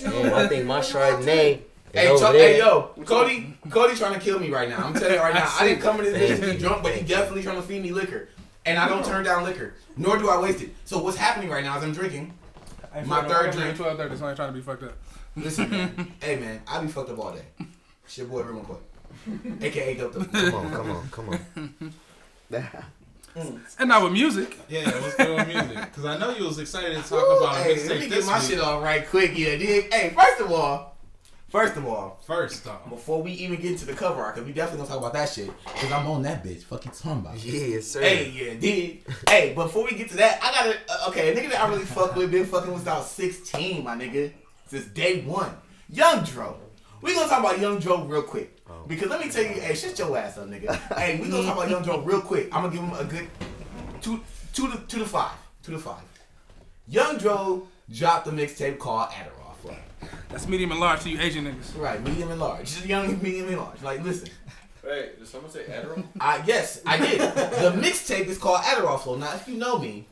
E: Damn, I think my Chardonnay.
C: Hey,
E: Hey, over
C: Chuck,
E: there.
C: hey, yo, Cody, Cody's trying to kill me right now. I'm telling you right now, I,
B: see.
C: didn't come into this bitch to
E: Thank
C: be
E: you,
C: drunk, but he
E: thank you.
C: definitely trying to feed me liquor, and I don't turn down liquor, nor do I waste it. So what's happening right now is I'm drinking. My third drink.
B: Twelve thirty. So I ain't trying to be fucked up.
C: Listen, man, hey man, I be fucked up all day. It's your boy Raymond Coy, aka Dope. Dope.
E: Come on, come on, come on.
B: And now with music,
A: Yeah, what's good with music? Because I know you was excited to talk about a
C: Hey, let me
A: mixtape
C: get
A: this
C: my
A: week.
C: shit off right quick, yeah, dig. Hey, first of all, first of all,
A: First off,
C: before we even get into the cover art, because we definitely gonna talk about that shit, because I'm on that bitch. Fuck you talking about?
E: Yeah, sir.
C: Hey, yeah, dig. hey, before we get to that, I gotta, uh, okay, a nigga that I really fuck with been fucking since I was 16, my nigga, since day one. Young Dro. We gonna talk about Young Dro real quick. Because let me tell you, hey, shut your ass up, nigga. hey, we gonna talk about Young Dro real quick. I'm gonna give him a good two, two to, two to five. Two to five. Young Dro dropped a mixtape called Adderall. Flag.
B: that's medium and large to you Asian niggas.
C: Right, medium and large. Just young, medium and large. Like, listen,
F: Wait, did someone say Adderall?
C: I yes, I did. the mixtape is called Adderall Flow. Now, if you know me,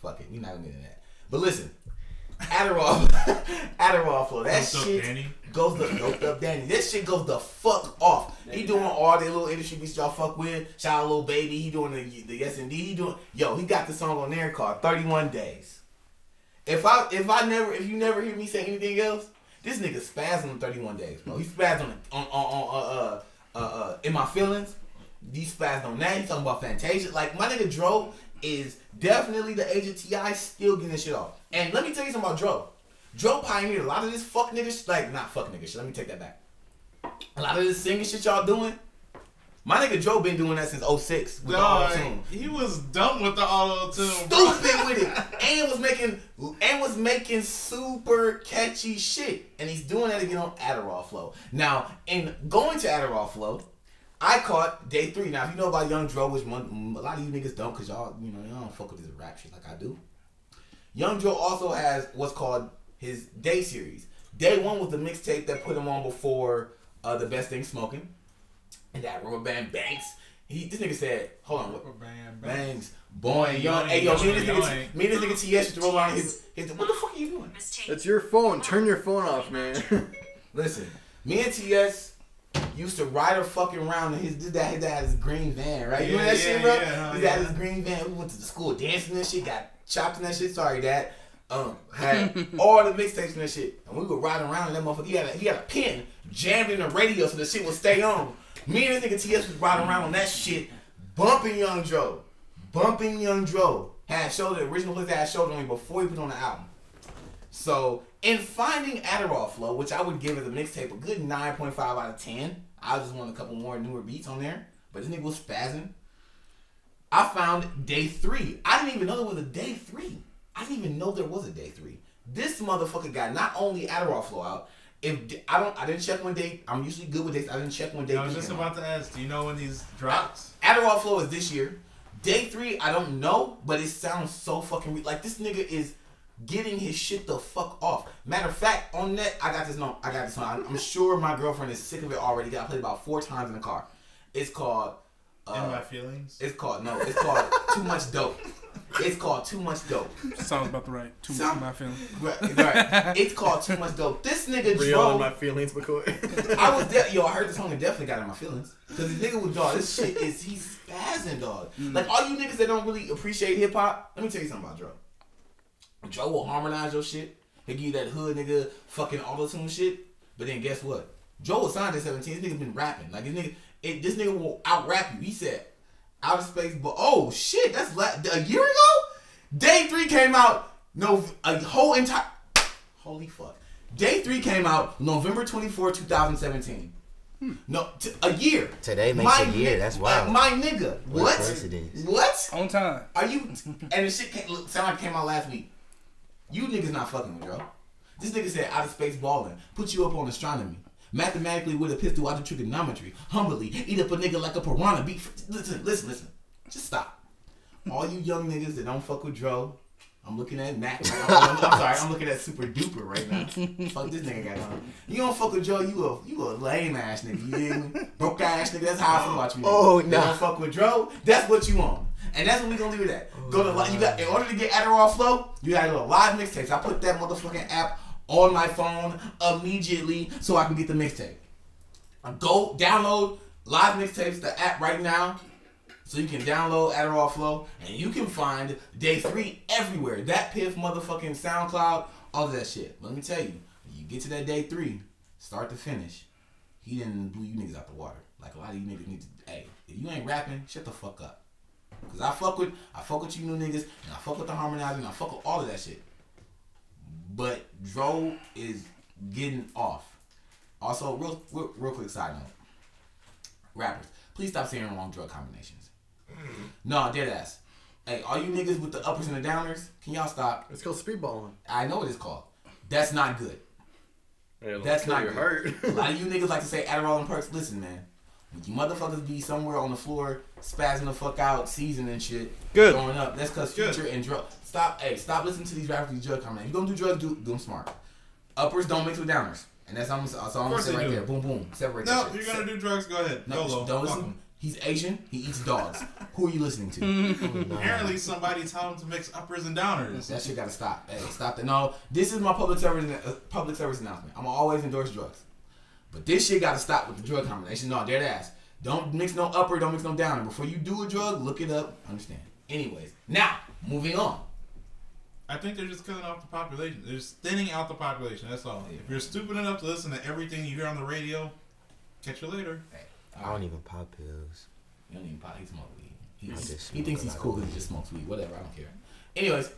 C: fuck it, we're not gonna get into that. But listen, Adderall, Adderall Flow. That
A: Doped Up
C: shit
A: Danny.
C: goes the doped up Danny. That shit goes the fuck off. He doing all the little industry beats y'all fuck with. Shout out little baby. He doing the the yes and D. He doing yo. He got the song on there called Thirty One Days. If I if I never if you never hear me say anything else, this nigga spazzing on 31 days, bro. He spazzed on on on, on uh, uh uh uh in my feelings. He spazzed on that. He talking about Fantasia. Like my nigga Dro is definitely the age of Ti still getting this shit off. And let me tell you something about Dro. Dro pioneered a lot of this fuck nigga shit. Like not fuck nigga shit. Let me take that back. A lot of this singing shit y'all doing. My nigga Dro been doing that since 06 with
A: Dog,
C: the tune
A: he was dumb with the auto tune.
C: stupid with it, and was making and was making super catchy shit, and he's doing that again on Adderall Flow. Now, in going to Adderall Flow, I caught day three. Now, if you know about Young Dro, which one a lot of you niggas don't, cause y'all you know y'all don't fuck with this rap shit like I do. Young Dro also has what's called his day series. Day one was the mixtape that put him on before uh, the best thing smoking, and that rubber band Banks. He this nigga said, hold on, what,
A: Bam, bam.
C: Bangs, boy, young. Hey, yo, me and this nigga, me and this nigga TS used to roll around his, his. What the fuck are you doing?
D: It's your phone. Turn your phone off, man.
C: Listen, me and TS used to ride a fucking round in his. This dad, his dad had his green van, right? you know
A: Yeah,
C: that
A: yeah,
C: shit, bro?
A: yeah,
C: his
A: yeah.
C: dad had his green van. We went to the school dancing and shit, got chopped in that shit. Sorry, dad. Um, had all the mixtapes and that shit, and we were riding around in that motherfucker. He had a, he had a pin jammed in the radio so the shit would stay on. Me and this nigga TS was riding around on that shit, bumping Young Dro, bumping Young Dro. Had showed the original place that I showed on him before he put on the album. So in finding Adderall Flow, which I would give as a mixtape a good nine point five out of ten. I just want a couple more newer beats on there, but this nigga was spazzing. I found day three. I didn't even know there was a day three. I didn't even know there was a day three. This motherfucker got not only Adderall Flow out. If d- I don't, I didn't check one day. I'm usually good with dates. I didn't check one day.
A: I was just about to ask, do you know when these drops?
C: Adderall Flow is this year. Day three, I don't know, but it sounds so fucking re- like this nigga is getting his shit the fuck off. Matter of fact, on that, I got this note. I got this one. I'm, I'm sure my girlfriend is sick of it already. Got played about four times in the car. It's called.
A: In my
C: Uh,
A: feelings.
C: it's called no. It's called too much dope. It's called too much dope.
B: Sounds about the right. Too much
C: Sound-
B: in my feeling.
C: Right, right. It's called too much dope. This nigga
D: Real in
C: drove.
D: my feelings, McCoy.
C: I was de- yo. I heard the song and definitely got in my feelings because the nigga was dog. This shit is he's spazzing dog. Like all you niggas that don't really appreciate hip hop, let me tell you something about Dro. Dro will harmonize your shit. He give you that hood nigga fucking auto tune shit. But then guess what? Dro was signed at seventeen. This nigga been rapping like this nigga. It, this nigga will out rap you. He said out of space, but oh shit, that's la- a year ago. Day three came out. No, a whole entire. Holy fuck. Day three came out November 24, 2017. No, t- a year.
E: Today makes a year, that's wild.
C: My, my nigga.
E: What a
C: What?
E: coincidence.
C: What?
B: On time.
C: Are you? And the shit came, look, sound like it came out last week. You niggas not fucking with bro. This nigga said out of space balling, put you up on astronomy. Mathematically with a pistol out of trigonometry. Humbly, eat up a nigga like a piranha. Be fr- listen, listen, listen. Just stop. All you young niggas that don't fuck with Dro, I'm looking at Matt. I'm, I'm- I'm sorry, I'm looking at Super Duper right now. fuck this nigga got on. You don't fuck with Dro, you a you a lame ass nigga. You dig me? Broke ass nigga. That's how I feel about you. nigga.
E: Oh,
C: You
E: nah.
C: don't fuck with Dro. That's what you on, and that's what we gonna leave it at.
E: Oh,
C: Go to li- you got in order to get Adderall flow, you gotta go to live mixtapes. I put that motherfucking app on my phone immediately so I can get the mixtape. Go download live mixtapes the app right now. So you can download Adderall Flow and you can find day three everywhere. That piff motherfucking SoundCloud, all of that shit. Let me tell you, when you get to that day three, start to finish, he didn't blew you niggas out the water. Like a lot of you niggas need to hey, if you ain't rapping, shut the fuck up. Cause I fuck with I fuck with you new niggas and I fuck with the harmonizing, I fuck with all of that shit. But Dro is getting off. Also, real, real, real quick side note. Rappers, please stop saying wrong drug combinations. No, dead ass. Hey, all you niggas with the uppers and the downers, can y'all stop?
D: it's called speedballing.
C: I know what it's called. That's not good.
F: It'll
C: That's
F: kill
C: not
F: your
C: good.
F: heart.
C: A lot of you niggas like to say Adderall and perks. Listen, man. When you motherfuckers be somewhere on the floor spazzing the fuck out, seasoning shit,
D: Good.
C: throwing up. That's cause
A: Good.
C: future and drug. Stop. Hey, stop listening to these rappers. These drug comments. If you gonna do drugs, do, do them smart. Uppers don't mix with downers. And that's almost that's all I'm gonna
A: course
C: say
A: they
C: right
A: do.
C: there. Boom, boom. Separate
A: No,
C: that shit.
A: you're gonna do drugs. Go ahead.
C: No,
A: YOLO.
C: don't
A: Fuck
C: listen.
A: 'em.
C: He's Asian. He eats dogs. Who are you listening to?
A: Apparently, somebody told him to mix uppers and downers.
C: that
A: That's
C: shit gotta stop. Hey, stop that. No, this is my public service uh, public service announcement. I'm always endorse drugs, but this shit gotta stop with the drug combination. No, dead ass. Don't mix no upper. Don't mix no downer. Before you do a drug, look it up. Understand? Anyways, now moving on.
A: I think they're just killing off the population. They're just thinning out the population. That's all. If you're stupid enough to listen to everything you hear on the radio, catch you later.
E: I don't even pop pills.
C: He don't even pot. He smoke weed. He,
E: I just
C: he thinks
E: smoke
C: he's
E: a lot
C: cool because he just smokes weed. Whatever. I don't care. Anyways,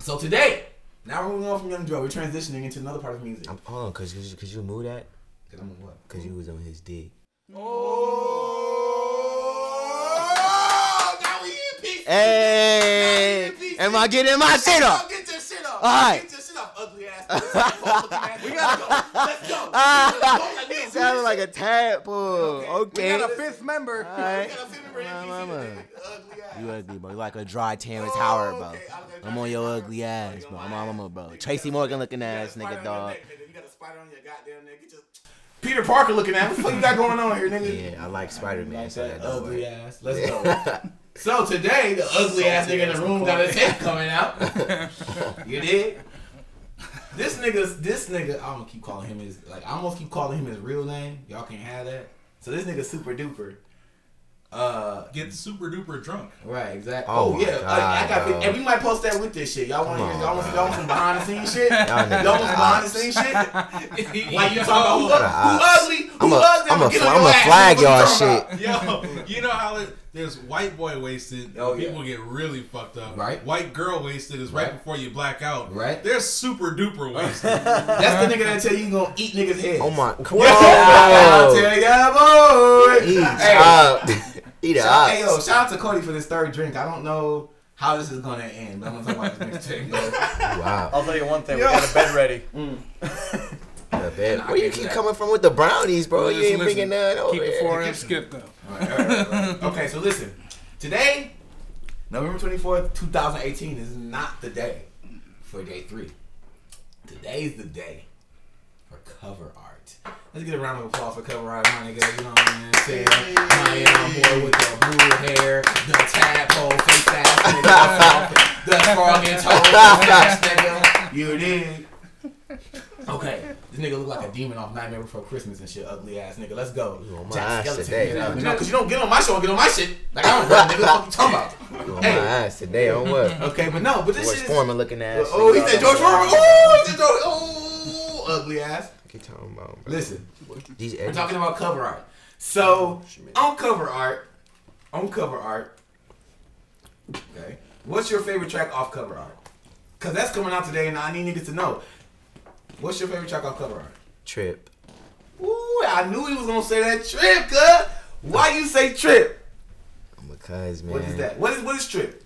C: so today, now we're moving on from Young Dro. We're transitioning into another part of music.
E: I'm, hold on, cause could you, could you move that?
C: Cause I'm a what?
E: Cause you was on his dick.
C: Oh, now we in peace.
E: Hey, am I getting my shit
C: Oh,
E: up?
C: get your shit off.
E: Alright.
C: Get your shit off, ugly ass. we gotta go. Let's go.
E: It sounded like a tadpole.
D: We
E: Okay.
D: got a fifth member.
E: All right.
C: Got a fit member in NPC
E: Mama, mama.
C: today. Ugly ass.
E: You ugly, bro. You like a dry Terrence Howard, bro.
C: Oh, okay. I was gonna
E: I'm
C: try
E: on
C: to-
E: your ugly ass,
C: on
E: bro.
C: my
E: I'm on
C: ass.
E: my bro.
C: Nigga,
E: Tracy
C: you got
E: Morgan looking
C: a
E: ass,
C: spider
E: nigga,
C: on your
E: dog.
C: neck, nigga. You got a spider on your goddamn neck. Get your- Peter Parker looking at what the fuck you got going on here, nigga?
E: Yeah, I like Spider Man. So that don't
C: ugly
E: work.
C: ass. Let's go. so today, the ugly ass nigga in the room got a tape coming out. you did. This nigga's this nigga. I'm gonna keep calling him his like. I almost keep calling him his real name. Y'all can't have that. So this nigga super duper. Uh,
A: Get super duper drunk.
C: right, exactly.
E: Oh
C: Oh,
E: my
C: yeah, I, I
E: God,
C: got.
E: bro.
C: And we might post that with this shit. Y'all want to
E: Come
C: hear? Y'all
E: on,
C: want
E: bro.
C: y'all want some behind the scenes shit? y'all
E: niggas
C: want some behind the
E: ops.
C: scenes shit? Like you
A: Yo.
C: talking
E: What a
C: about
E: ops.
C: who, who ugly? Who
E: I'm
C: ugly?
E: a, I'm a,
C: get on
E: I'm
C: your
E: a
C: ass,
E: flag
C: nigga. What you
E: y'all
C: talking about?
A: Yo,
E: shit.
A: you know how it, there's white boy wasted.
C: Oh, yeah.
A: people get really fucked up.
C: Right.
A: White girl wasted is right,
C: Right.
A: before you black out.
C: Right.
A: There's super duper wasted.
C: That's the nigga that tell you you gonna eat niggas' heads.
E: Uh-huh. Oh my. Come
C: I'll
E: on.
C: tell ya, boy.
E: Eat
C: Hey,
E: up. Eat
C: shout, hey, yo,
E: up.
C: shout out to Cody for this third drink. I don't know how this is gonna end, but I'm gonna talk about this next drink.
E: Wow.
D: I'll tell you one thing. We got a bed ready.
E: the bed. Where you keep coming from with the brownies, bro? You
B: Listen,
E: ain't bringing
B: listen.
E: none
C: Oh,
E: over
B: Keep it
E: here.
B: four inch skip though.
C: Alright, alright, alright. Okay, so listen. Today, November 24th, 2018, is not the day for day three. Today's the day for cover art. Let's get a round of applause for cover art, my nigga. You know what I'm saying? My young boy with the blue hair, the tadpole face ass nigga, the frog and toad ass nigga. You dig? Okay, this nigga look like a demon off Nightmare Before Christmas and shit, ugly ass nigga. Let's go.
E: You on my
C: Jack
E: ass
C: Skellington,
E: today.
C: get up. You know, cause you don't get on my show and get on my shit. Like I don't know, nigga. What the fuck you talking
E: On
C: about?
E: my
C: Hey,
E: ass today. On what?
C: okay, but no, but this
E: George
C: shit. Is,
E: Foreman looking ass.
C: oh, he
E: nigga.
C: said George Foreman. Oh, he said George. Oh, ugly ass.
E: What you talking about, bro?
C: Listen,
E: These
C: we're
E: edges.
C: talking about cover art. So on cover art, on cover art. Okay, what's your favorite track off cover art? Cause that's coming out today, and I need niggas to know. What's your favorite track off cover art?
E: Trip.
C: Ooh, I knew he was gonna say that trip, cuz. Why you say trip?
E: Because man.
C: What is that? What is what is trip?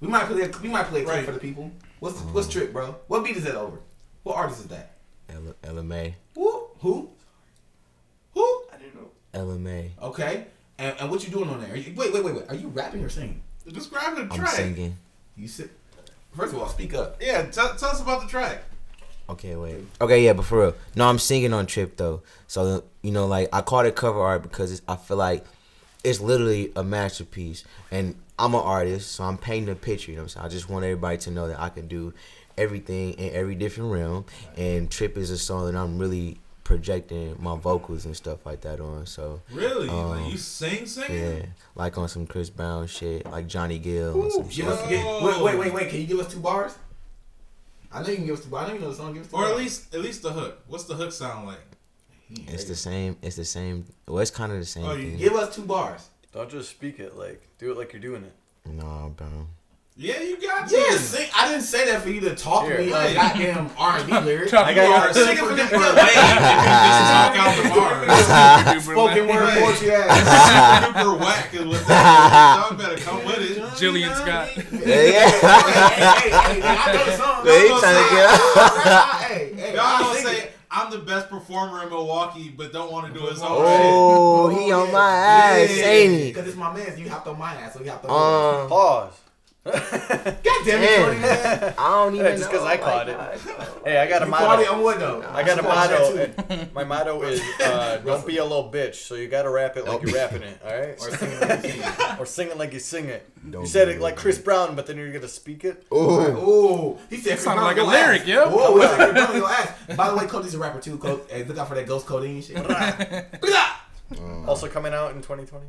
C: We might play. We might play a clip
A: Right.
C: for the people. What's what's trip, bro? What beat is that over? What artist is that?
E: L- LMA.
C: Who? Who? Who?
G: I didn't know.
E: LMA.
C: Okay. And, and what you doing on there? Are you, wait, wait, wait, wait. Are you rapping or singing?
A: Just grab the
E: I'm
A: track.
E: singing.
C: You sit. First of all, speak up.
A: Yeah, t- tell us about the track.
E: Okay, wait. Okay, yeah, but for real. No, I'm singing on Trip though. So you know, like I call it cover art because it's, I feel like it's literally a masterpiece, and I'm an artist, so I'm painting a picture. You know, what I'm saying I just want everybody to know that I can do everything in every different realm, and Trip is a song that I'm really projecting my vocals and stuff like that on. So
A: Really?
E: Um,
A: like you sing, singing?
E: yeah, like on some Chris Brown shit, like Johnny Gill. on some shit.
C: Give us, give, wait, wait, wait, wait. Can you give us two bars? I know you can give us two bars. I know you know the song. Give us two
A: Or
C: bars.
A: at least at least the hook. What's the hook sound like?
E: It's the same. It's the same. Well, it's kind of the same
A: Oh, you
E: thing.
C: Give us two bars.
D: Don't just speak it. Like do it like you're doing it.
E: Nah, bro.
A: Yeah, you got
C: Yeah,
A: to.
C: sing. I didn't say that for you to talk
D: Sure.
C: me a uh, goddamn R&B lyric.
B: Talk
D: I got
A: you.
C: Sing it for them good way.
A: Just knock out the bars.
C: Spoken word
A: Right.
C: poetry ass.
A: super whack is what that is. Y'all better come with it.
B: Jillian Scott.
E: Yeah, yeah.
C: hey, hey, hey, hey, I know the song.
E: They
A: gonna
E: tryna
A: say-
E: get out.
C: Hey, hey,
A: Y'all
C: I'll
A: gonna
C: sing
A: say
C: it.
A: I'm the best performer in Milwaukee, but don't want to do his own
E: Oh, he on my ass,
A: Yeah.
E: ain't he?
C: Cause it's my man, so you hopped on my ass, so you hopped on. yours.
E: Um,
D: Pause.
C: God damn it, Jordan, man.
E: Damn. I don't even
D: just
E: know.
D: 'cause I
E: Like,
D: caught it.
E: I don't know.
D: Hey, I got a
C: You caught it Oh,
D: motto.
C: on wood though.
D: I got a motto. and my motto is uh, "Don't be a little bitch." So you gotta rap it like you're rapping it, all right? Or sing it like you sing it. Or sing it like you sing it.
E: Don't
D: you said
E: be
D: it
E: a
D: like
E: little Oh.
D: Chris Brown, but then you're gonna speak it.
E: Ooh.
C: Ooh, he said
B: sounded like a
C: your
B: lyric,
C: ass.
B: yo.
C: Whoa, he said Chris Brown, your ass. By the way, Cody's a rapper too. Cody, hey, look out for that ghost Cody and shit.
D: Also coming out in 2020.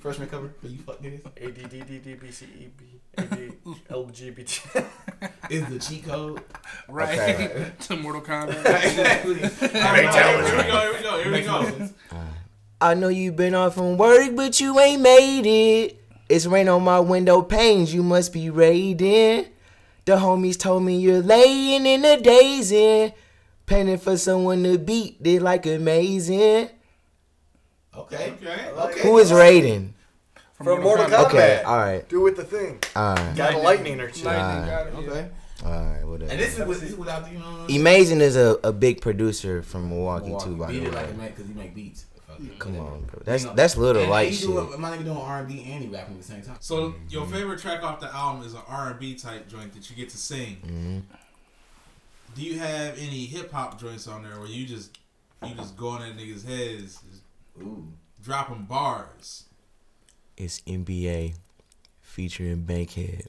C: Freshman cover, but you fuck niggas.
D: A D D D D B C E B A D L G B T.
C: Is the cheat code?
B: Right.
E: Okay.
B: to Mortal Kombat.
C: exactly.
A: Here we go, here we go, here we go.
E: I know you've been off from work, but you ain't made it. It's rain on my window panes, you must be raiding. The homies told me you're laying in the days in. Painting for someone to beat, they like amazing.
C: Okay.
A: Okay.
C: Okay.
E: Who is raiding?
D: From Mortal Kombat.
E: Okay, alright,
D: Do with the thing.
E: alright,
D: Got a lightning or two.
B: Lightning got it.
C: Okay.
E: alright, whatever.
C: And this is, with, this is without you know.
E: Amazing is a, a big producer from Milwaukee, too, by
C: Milwaukee.
E: the
C: Beat
E: way.
C: it like a man because he make beats. Fuck it.
E: Come on, bro. That's
C: You know,
E: that's little
C: and
E: light
C: he
E: shit.
C: doing- My nigga doing R and B and he rapping at the same time.
A: So your favorite track off the album is an R and B type joint that you get to sing. Do you have any hip hop joints on there where you just you just go in that niggas' heads, just
C: Ooh.
A: dropping bars?
E: It's NBA featuring Bankhead,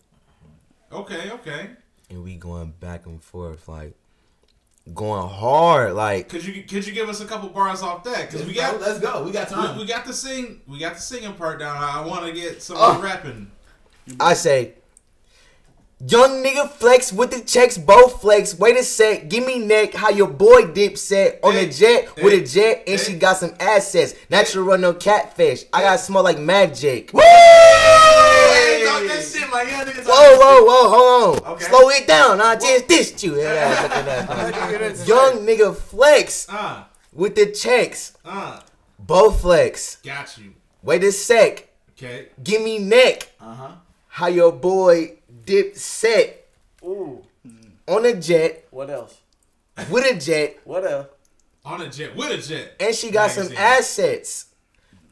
A: Okay, okay.
E: and we going back and forth like going hard. Like
A: Could you could you give us a couple bars off that? Because we
C: Let's go,
A: got
C: let's go. We got time.
A: we, we got the sing we got the singing part down. I want to get some
E: Oh.
A: rapping.
E: I say, young nigga flex with the checks, both flex. Wait a sec, give me neck. How your boy dip set on
A: Hey,
E: a jet with
A: hey,
E: a jet, and she
A: hey.
E: got some assets. Natural no catfish. I got smell like magic.
C: Hey, talk that shit, my young niggas.
E: Whoa, whoa, whoa, hold on.
C: Okay.
E: Slow it down. I just dissed you. Yeah, look at that. Young nigga flex
A: Ah,
E: with the checks.
A: ah,
E: Both flex.
A: got you.
E: Wait a sec.
A: Okay.
E: Give me neck.
C: Uh huh.
E: How your boy dip set
D: Ooh.
E: on a jet
D: What else?
E: with a jet,
D: What else?
A: On a jet with a jet.
E: and she got some
A: Magazine.
E: assets.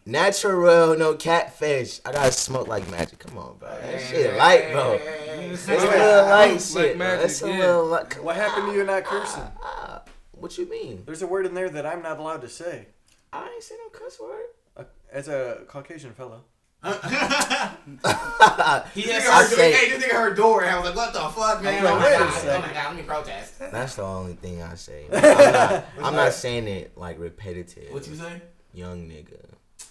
E: Natural, no catfish. I gotta smoke like magic. Come on, bro. That shit light, bro. That's a little light
B: Like
E: shit. bro.
B: magic,
E: That's a
B: yeah.
E: little light.
D: What happened to you not cursing?
E: What you mean?
D: There's a word in there that I'm not allowed to say.
E: I ain't say no cuss word.
D: Uh, As a Caucasian fellow.
A: He
C: This
A: has
C: nigga heard-
E: say-
C: hey, this nigga heard door and I was like, what the fuck, man?
D: like,
C: Oh my
D: wait a
C: God, oh
D: second.
C: my God, let me protest.
E: That's the only thing I say. I'm not, I'm not saying it like repetitive.
C: What you say? Nigga,
E: Young nigga.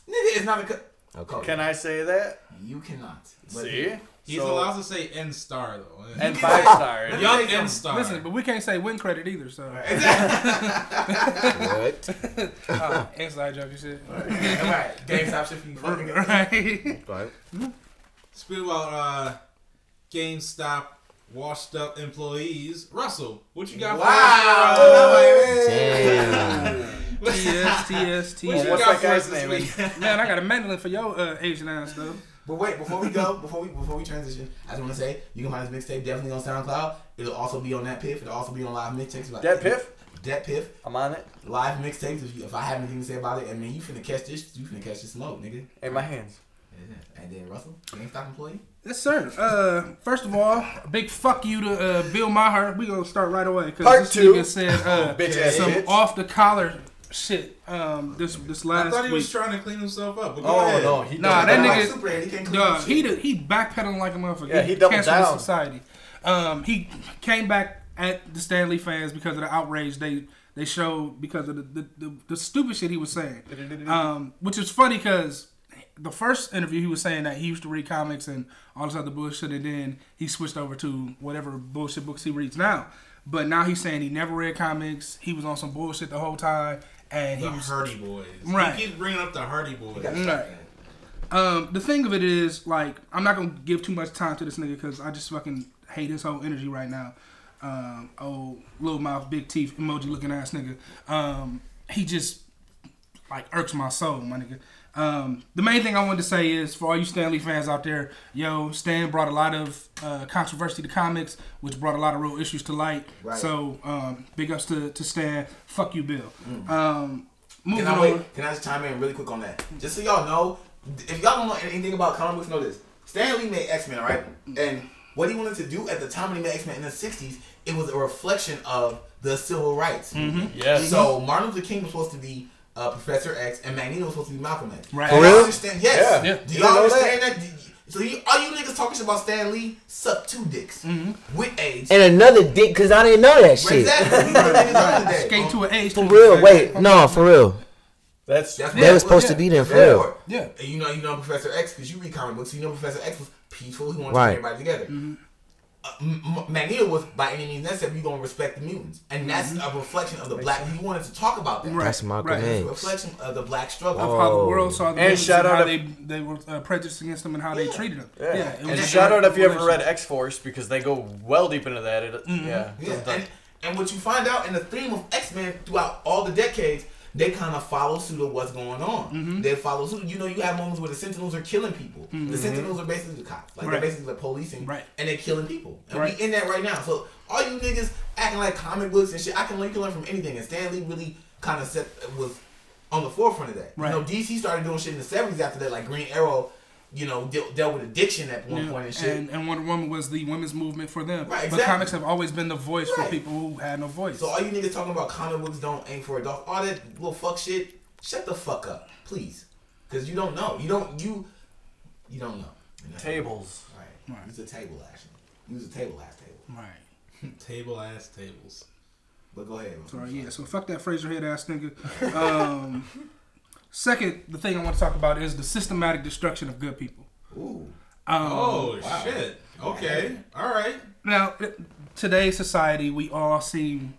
C: it's not a. Co-
E: Okay.
D: Can I say that?
C: you cannot. But-
D: See?
A: he's
D: So-
A: allowed to say N star though.
D: And five stars.
A: Young N star.
B: Listen, but we can't say win credit either, so.
E: what?
B: Uh, inside joke, you said.
C: All right, GameStop shit for you. fucking niggas.
B: Right.
E: Right.
A: Speaking about uh, GameStop washed up employees, Russell, what you got
C: Wow.
E: Damn.
A: for us? Uh,
B: TS,
A: what
B: TS,
A: you
D: Well,
A: got
B: TS.
D: what's that
A: for us
D: guy's
A: this
D: name?
A: week?
B: Man, I got a mandolin for your uh, Asian ass, though.
C: But wait, before we go, before we before we transition, I just want to say you can find this mixtape definitely on SoundCloud. It'll also be on that Piff. It'll also be on live mixtapes. Like-
D: That piff?
C: That Piff.
D: I'm on it.
C: Live mixtapes. If, you, if I have anything to say about it, and man, you finna catch this. You finna catch this smoke, nigga.
D: In my hands.
C: And then Russell, GameStop employee.
B: Yes, sir. Uh, first of all, a big fuck you to uh, Bill Maher. We gonna start right away
D: Part
B: because this
D: two. Oh,
B: nigga said uh,
D: bitch ass
B: some
D: bitch.
B: off the collar shit. Um, this this last
A: I thought he
B: week.
A: was trying to clean himself up. But go
D: Oh
A: ahead.
D: no, he
B: Nah,
D: doubled
B: that
D: down.
B: nigga-
C: Like Superman, he can't clean
B: Duh,
C: shit.
B: he did, he backpedaling like a motherfucker.
D: Yeah, he doubled
B: canceled his
D: down.
B: Society. Um, he came back at the Stanley fans because of the outrage they they showed because of the the, the, the stupid shit he was saying. Um, which is funny because the first interview he was saying that he used to read comics and all this other bullshit, and then he switched over to whatever bullshit books he reads now. But now he's saying he never read comics. He was on some bullshit the whole time, and he
A: The
B: was
A: Hardy Boys.
B: Right.
A: He keeps bringing up the Hardy Boys.
B: Right. Um, the thing of it is, like, I'm not gonna give too much time to this nigga because I just fucking hate his whole energy right now. Um, oh, little mouth, big teeth, emoji looking ass nigga. Um, he just like irks my soul, my nigga. Um, the main thing I wanted to say is for all you Stanley fans out there, yo, Stan brought a lot of uh, controversy to comics, which brought a lot of real issues to light. So, um, big ups to, to Stan. Fuck you, Bill. Um, moving
C: Can I
B: on.
C: wait? Can I just chime in really quick on that? Just so y'all know, if y'all don't know anything about comic books, know this. Stan Lee made X Men, right? And what he wanted to do at the time when he made X Men in the '60s, it was a reflection of the civil rights. Mm-hmm.
D: Yes.
C: So Martin Luther King was supposed to be uh, Professor X, and Magneto was supposed to be Malcolm X.
B: Right.
C: Do
B: For
C: y'all
E: real?
C: Understand? Yes. Do
D: Yeah. You
C: y'all
D: didn't know that?
C: understand that? Do- So you, all you niggas talking shit about Stan Lee suck two dicks with AIDS.
E: And another dick, cause I didn't know that shit.
C: Exactly. We know niggas are today.
B: Skate to an age.
E: For real, wait, no, for real.
D: That's
C: That's
E: They
C: what-
E: was supposed to be there for
C: Yeah.
E: real.
B: Yeah.
C: And you know, you know Professor X because you read comic books. You know Professor X was peaceful. He wanted
E: Right.
C: to bring everybody together.
B: Mm-hmm.
C: Uh, M- M- Magneto was by any means necessary. You gonna respect the mutants, and that's a reflection of the black. He wanted to talk about that.
B: Mm-hmm. Right.
E: That's Malcolm
B: right.
C: It's a
E: X.
C: reflection of the black struggle.
B: Of how the
C: Oh.
B: world saw the
D: And
B: mutants
D: shout
B: and
D: out
B: how
D: to-
B: they they were uh, prejudiced against them and how they treated them. Yeah,
D: Yeah.
B: it
D: and
B: was a
D: shout out
B: direct
D: if you ever read
B: correlation.
D: X Force because they go well deep into that. It,
B: Mm-hmm.
D: Yeah.
C: Yeah, and, and what you find out in the theme of X Men throughout all the decades, they kind of follow suit of what's going on.
B: Mm-hmm.
C: They follow suit. You know, you have moments where the Sentinels are killing people. The Sentinels are basically the cops, like
B: Right.
C: they're basically the policing,
B: Right.
C: and they're killing people. And
B: Right.
C: we in that right now. So all you niggas acting like comic books and shit, I can learn, you can learn from anything. And Stan Lee really kind of set was on the forefront of that.
B: Right.
C: You know, DC started doing shit in the seventies after that, like Green Arrow. You know, dealt, dealt with addiction at one
B: Yeah,
C: point and shit.
B: and, and Wonder Woman was the women's movement for them.
C: Right,
B: But
C: exactly.
B: comics have always been the voice for
C: Right.
B: people who had no voice.
C: So all you niggas talking about comic books don't aim for adults, all that little fuck shit, shut the fuck up, please, because you don't know. You don't you you don't know. And that's-
D: Tables.
C: All right.
B: Right.
C: Use a table action. Use a table ass table.
B: right.
A: Table ass tables.
C: But go ahead.
B: So yeah. So fuck that Fraser head ass nigga. Um, second, the thing I want to talk about is the systematic destruction of good people.
C: Ooh.
B: Um,
A: Oh shit. Okay. All right.
B: Now, it- today's society, we all seem,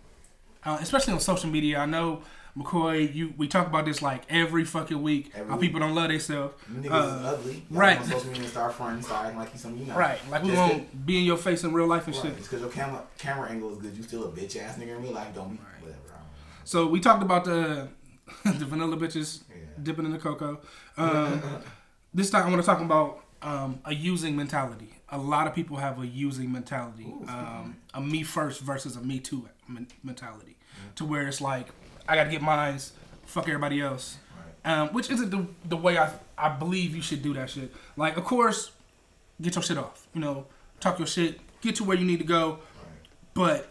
B: uh, especially on social media. I know McCoy, you we talk about this like every fucking week.
C: Every
B: how
C: week.
B: people don't love themselves.
C: You niggas is
B: Uh,
C: ugly.
B: right.
C: On social media, start friends, start acting like you something you not.
B: right, like we
C: Just
B: won't be in your face in real life and
C: Right.
B: shit.
C: Just because your camera camera angle is good, you still a bitch ass nigga in real life. Don't be whatever. I don't know.
B: So we talked about the the vanilla bitches
C: Yeah.
B: dipping in the cocoa. Um, this time I want to talk about um, a using mentality. A lot of people have a using mentality, um, a me first versus a me too men- mentality, to where it's like I got to get mines, fuck everybody else, um, which isn't the the way I I believe you should do that shit. Like of course, get your shit off. You know, talk your shit, get to where you need to go, but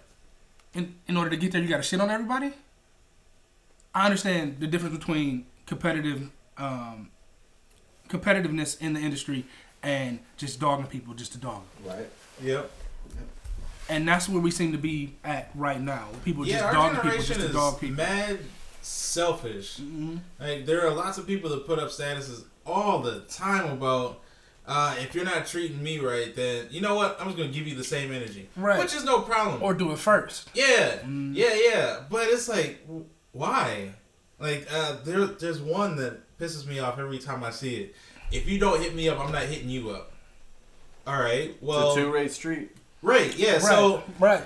B: in, in order to get there, you got to shit on everybody. I understand the difference between competitive um, competitiveness in the industry and just dogging people just to dog.
C: Right.
A: Yep.
B: And that's where we seem to be at right now. People
A: Yeah,
B: just
A: our
B: dogging people just
A: generation
B: to
A: is
B: dog people.
A: mad selfish. Like there are lots of people that put up statuses all the time about uh, if you're not treating me right, then you know what? I'm just gonna give you the same energy,
B: Right.
A: Which is no problem.
B: Or do it first.
A: Yeah, yeah, yeah. But it's like, w- why? Like, uh, there, there's one that pisses me off every time I see it. If you don't hit me up, I'm not hitting you up. All right.
D: It's
A: Well,
D: a two-rate street.
A: right. Yeah. So
B: right.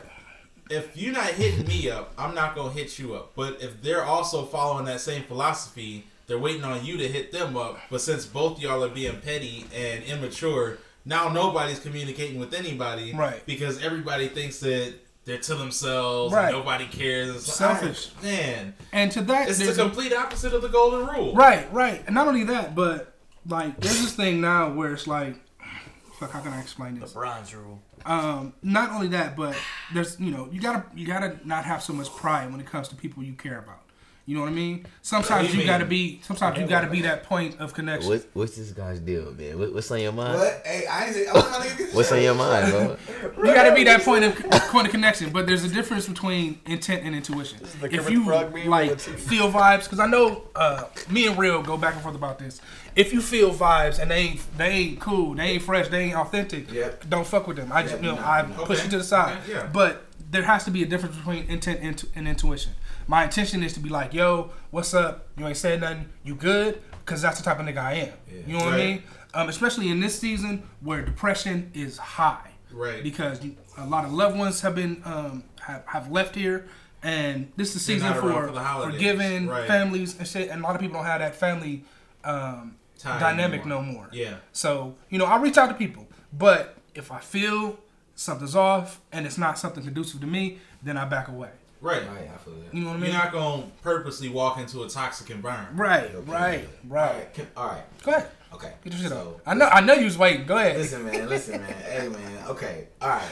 A: if you're not hitting me up, I'm not gonna hit you up. But if they're also following that same philosophy, they're waiting on you to hit them up. But since both y'all are being petty and immature, now nobody's communicating with anybody,
B: Right.
A: Because everybody thinks that they're to themselves,
B: Right.
A: and nobody cares. It's like,
B: Selfish.
A: "Ah, man.
B: And to that,
A: It's the
B: there's-
A: complete opposite of the golden rule,
B: Right, right. And not only that, but like there's this thing now where it's like, fuck, how can I explain this?
D: Bronze rule.
B: Um, not only that, but there's you know you gotta you gotta not have so much pride when it comes to people you care about. You know what I mean? Sometimes you
A: mean?
B: gotta be sometimes you gotta be that point of connection.
E: What, what's this guy's deal, man? What, what's on your mind?
C: But hey, I ain't say. I'm not niggas.
E: What's on your mind, bro?
B: You gotta be that point of point of connection. But there's a difference between intent and intuition.
D: the
B: If
D: Kermit
B: you
D: the Frog meme
B: like
D: with-
B: feel vibes, because I know uh, me and Real go back and forth about this. If you feel vibes and they ain't they ain't cool, they ain't fresh, they ain't authentic,
C: Yep.
B: don't fuck with them. I just you know I push you to the side.
A: Okay, yeah.
B: But there has to be a difference between intent and, and intuition. My intention is to be like, yo, what's up? You ain't said nothing. You good? Because that's the type of nigga I am. You know what I
A: Right.
B: mean? Um, especially in this season where depression is high
A: Right.
B: because you- a lot of loved ones have been um, have, have left here and this is the
A: They're
B: season
A: not around
B: for,
A: for the holidays.
B: forgiving
A: Right.
B: families and shit and a lot of people don't have that family um,
A: Time
B: dynamic
A: anymore.
B: no more
A: Yeah.
B: so you know i reach out to people but if i feel something's off and it's not something conducive to me then i back away
A: Right.
H: Right, I feel that.
B: You know what I
A: You're
B: mean?
A: not gonna purposely walk into a toxic environment.
B: Right,
H: Okay.
B: right, right.
H: Alright, can- Alright,
B: Go ahead.
H: okay.
B: Get your shit
H: so,
B: up. I know, I know you was waiting. Go ahead.
H: Listen, man. Listen, man. Hey, man. Okay. All right.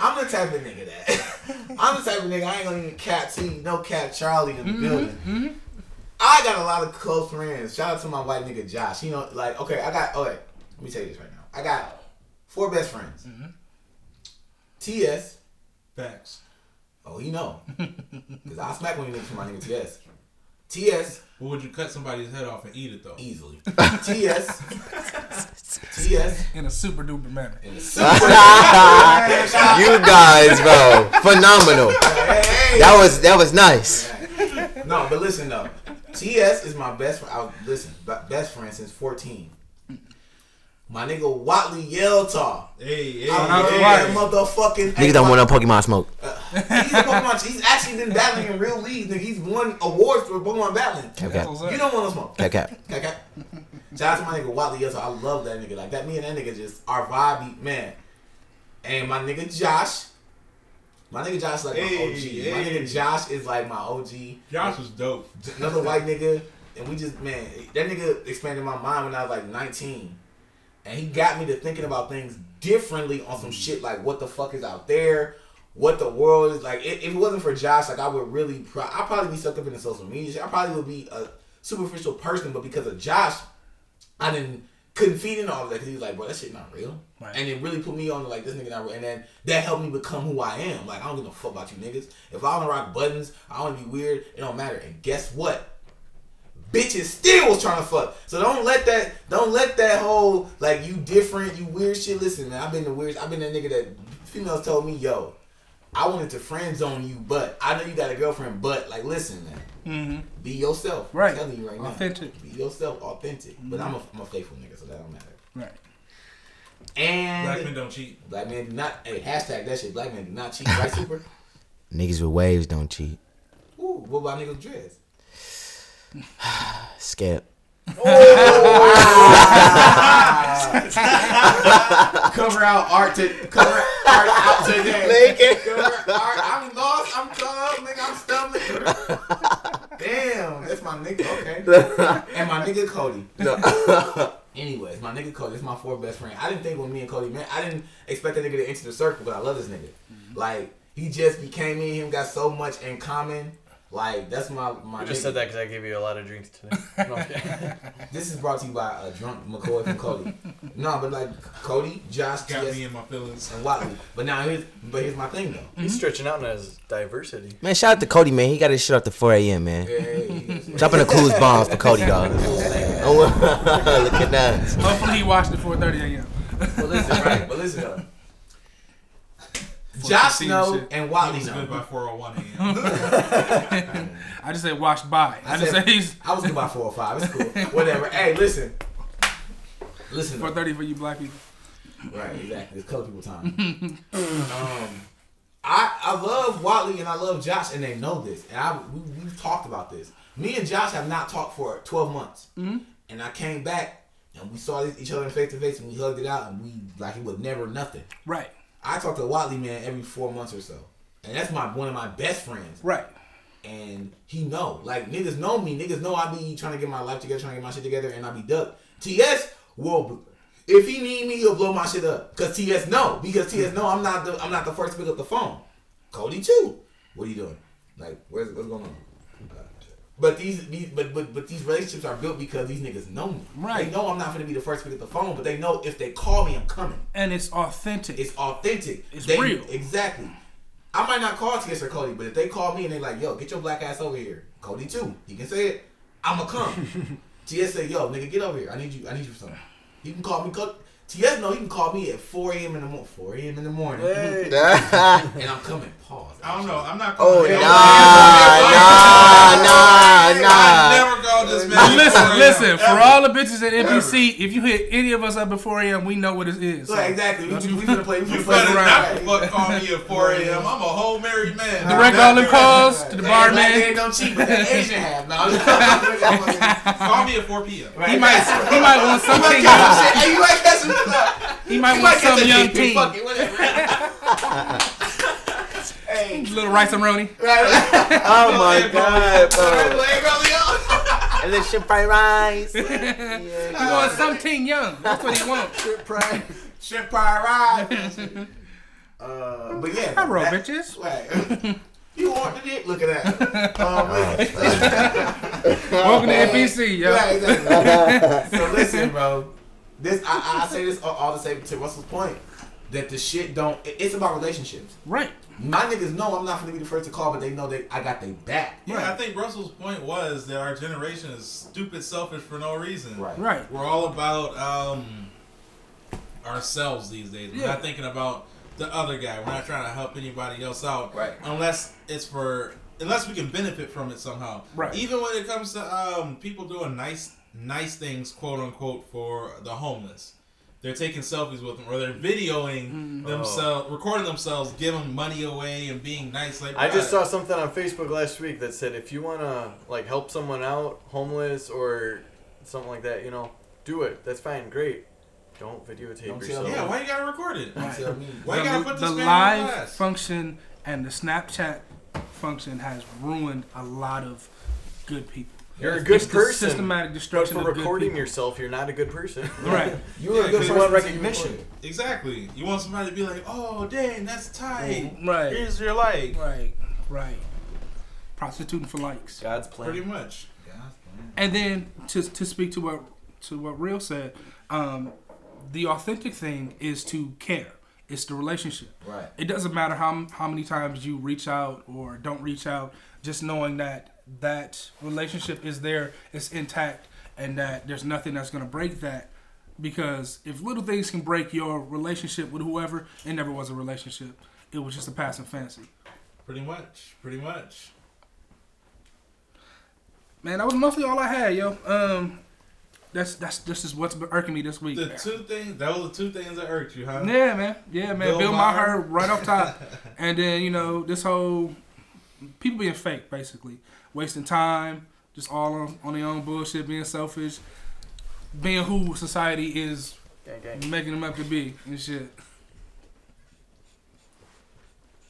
H: I'm the type of nigga that I'm the type of nigga. I ain't gonna even cap T, no cap Charlie in the building. I got a lot of close friends. Shout out to my white nigga Josh. You know, like okay, I got. Okay, let me tell you this right now. I got four best friends. TS.
A: Facts.
H: Oh, he know. Cause I smack one of you niggas for my nigga TS. TS
A: But would you cut somebody's head off and eat it though?
H: easily. TS. TS.
B: In a super duper manner.
H: And super.
E: You guys, bro, phenomenal.
H: hey.
E: That was that was nice.
H: No, but listen though. TS is my best friend. I was, listen, b- best friend since 14. My nigga Watley Yeltaw.
A: Hey, hey,
H: I
A: hey,
H: love that motherfucking.
E: Niggas don't want no Pokemon smoke.
H: He's a Pokemon. He's actually been battling in real leagues. Nigga, he's won awards for Pokemon battling.
B: That's
E: Cap cap.
B: what's up.
H: You don't want to smoke.
E: Cap cap.
H: Okay, okay. Shout out to my nigga Wally Yeltsin. I love that nigga. Like that. Me and that nigga just our vibe, be- man. And my nigga Josh. My nigga Josh is like
A: Hey,
H: my OG. My
A: hey.
H: nigga Josh is like my OG.
A: Josh was dope.
H: Another white nigga. And we just man, that nigga expanded my mind when I was like 19. And he got me to thinking about things differently on some shit like what the fuck is out there, what the world is like. If if it wasn't for Josh, like I would really, pro- I probably be sucked up in the social media. shit. I probably would be a superficial person, but because of Josh, I didn't couldn't feed in all of that. 'cause he was like, bro, that shit not real.
B: Right.
H: And it really put me on to like this nigga not real. And then that helped me become who I am. Like I don't give a fuck about you niggas. If I wanna rock buttons, I wanna be weird. It don't matter. And guess what? bitches still was trying to fuck. So don't let that don't let that whole like you different, you weird shit. Listen, man, I've been the weird. I've been that nigga that females told me, yo, I wanted to friend zone you, but I know you got a girlfriend, but like listen, man, be yourself.
B: Right.
H: I'm telling you right now,
B: Authentic.
H: Be yourself, authentic. But I'm a, I'm a faithful nigga, so that don't matter.
B: Right.
H: And
A: Black men don't cheat.
H: black men do not. Hey, hashtag that shit. Black men do not cheat, right? Super.
E: Niggas with waves don't cheat.
H: Ooh, what about niggas dress?
E: Skip.
C: cover out art to cover art out today.
H: I'm lost. I'm club, nigga. I'm stumbling. Damn, that's my nigga. Okay. and my nigga Cody. Anyways, my nigga Cody. It's my four best friend. I didn't think when me and Cody met, I didn't expect that nigga to enter the circle, but I love this nigga. Like he just became me and him. Got so much in common. Like that's my my.
D: I just
H: nigga.
D: said that because I gave you a lot of drinks today. No, I'm
B: Mm-hmm.
D: kidding.
H: This is brought to you by a drunk McCoy from Cody. no, but like Cody, Josh,
A: Got
H: TS,
A: me in my feelings.
H: and Watley. But now here's but here's my thing though.
D: He's stretching out in his diversity.
E: Man, shout out to Cody, man. He got his shit off to 4 a.m., man. Dropping the coolest bombs for Cody, dog. Oh, Look at that.
B: Hopefully he watched it 4:30 a.m.
H: But listen, right? But listen though. Josh
B: senior
H: know
B: shit.
H: and
A: I
H: Wally
A: was good by
H: know.
A: 401 a.m.
B: I just said watched by. I, just
H: said-
B: said he's
H: I was good by four or five. It's cool. Whatever. Hey, listen. Listen. though.
B: 4:30 for you black people.
H: Right, exactly. It's color people time. um, I I love Watley and I love Josh and they know this and I we, we've talked about this. Me and Josh have not talked for twelve months, and I came back and we saw each other face to face and we hugged it out and we like it was never nothing.
B: Right,
H: I talk to Watley man every four months or so, and that's my one of my best friends.
B: right.
H: and he know. Like niggas know me. Niggas know I be trying to get my life together, trying to get my shit together, and I be ducked. TS will, if he need me, he'll blow my shit up. Cause TS know. Because TS know I'm not the I'm not the first to pick up the phone. Cody too. What are you doing? Like where's what's going on? Uh, But these, these but, but but these relationships are built because these niggas know me.
B: Right.
H: They know I'm not gonna be the first to pick up the phone, but they know if they call me, I'm coming.
B: And it's authentic.
H: It's authentic.
B: It's
H: They-
B: real.
H: Exactly. I might not call TS or Cody, but if they call me and they like, yo, get your black ass over here. Cody too. He can say it. I'ma come. TS say, yo, nigga, get over here. I need you. I need you for something. He can call me. Co- TS know he can call me at 4 a.m. in the morning. 4 a.m. in the morning. And I'm coming. Pause.
A: I don't know. I'm not.
E: oh,
A: calling
E: nah,
A: him.
E: nah, nah, nah.
A: I never called this man.
B: But listen, listen. For
A: Ever.
B: all the bitches at NBC, if you hit any of us up at 4 a.m., we know what it is. So,
H: Like, exactly. We, we, we finna play. We
A: You
H: finna play
A: better not
H: around.
A: the fuck call me at 4 a.m. I'm a whole married man.
B: Direct all the calls to the
H: Black man
B: barman.
H: don't cheat, but that Asian half. No, I'm just-
A: Call me at 4 p.m.
B: He might, he might want some
H: Like,
B: teen-
H: yo, shit, Hey, you ain't catching this up.
B: He might
H: You
B: want
H: might get
B: some
H: the
B: young
H: dick pic,
B: teen.
H: Fuck it, whatever. hey,
B: little rice and roni.
E: Oh my god, bro.
H: Blame Rolly on.
E: And then shit fried rice.
B: He wants something young. That's what he wants.
H: Pride. Shit Pride Ride. Uh, but yeah.
B: I roll,
H: that-
B: bitches.
H: Right. You ordered it? Look at that. Um,
B: Welcome to NBC, yo.
H: Right, exactly. so listen, bro. This I, I say this all, all the same to Russell's point that the shit don't. it- it's about relationships.
B: Right.
H: My niggas know I'm not gonna be the first to call, but they know that I got their back.
A: Yeah, I think Russell's point was that our generation is stupid, selfish for no reason.
H: Right.
B: Right.
A: We're all about um, ourselves these days. We're
B: Yeah.
A: not thinking about the other guy. We're not trying to help anybody else out,
H: Right.
A: Unless it's for unless we can benefit from it somehow,
B: Right.
A: Even when it comes to um, people doing nice nice things, quote unquote, for the homeless. They're taking selfies with them, or they're videoing
B: Mm.
A: themselves, recording themselves, giving money away, and being nice. Like
D: Oh. I just
A: "Bruh,
D: saw something on Facebook last week that said if you wanna like help someone out, homeless or something like that, you know, do it. That's fine, great. Don't videotape
H: Don't tell
D: yourself.
H: them.
A: Yeah, why you gotta record it?
H: Tell me.
A: Why you gotta put
B: the
A: this man on
B: live
A: blast?
B: function and the Snapchat function has ruined a lot of good people.
D: You're a good
B: It's the
D: person.
B: systematic
D: But
B: destruction
D: for
B: of good
D: recording
B: people.
D: yourself, you're not a good person.
B: Right.
H: You were
A: Yeah,
H: a
A: 'cause
H: good
D: you
H: person
D: want
H: until you
D: recognition.
H: recorded.
A: Exactly. You want somebody to be like, "Oh, dang, that's tight."
H: Mm-hmm.
B: Right.
A: Here's your like.
B: Right. Right. Prostituting for likes.
D: God's
A: Pretty
D: plan.
A: much.
B: And then to to speak to what to what real said, um, the authentic thing is to care. It's the relationship.
H: Right.
B: It doesn't matter how how many times you reach out or don't reach out. Just knowing that that relationship is there, it's intact, and that there's nothing that's gonna break that. Because if little things can break your relationship with whoever, it never was a relationship. It was just a passing fancy.
A: Pretty much. Pretty much.
B: Man, that was mostly all I had, yo. Um, that's that's this is what's been irking me this week.
A: The two things. That was the two things that irked you, huh?
B: Yeah, man. Yeah, man.
A: Bill
B: Bill,
A: Maher.
B: Maher right off top, and then you know this whole people being fake, basically wasting time, just all on, on their own bullshit, being selfish, being who society is
D: Gang, gang.
B: making them up to be and shit.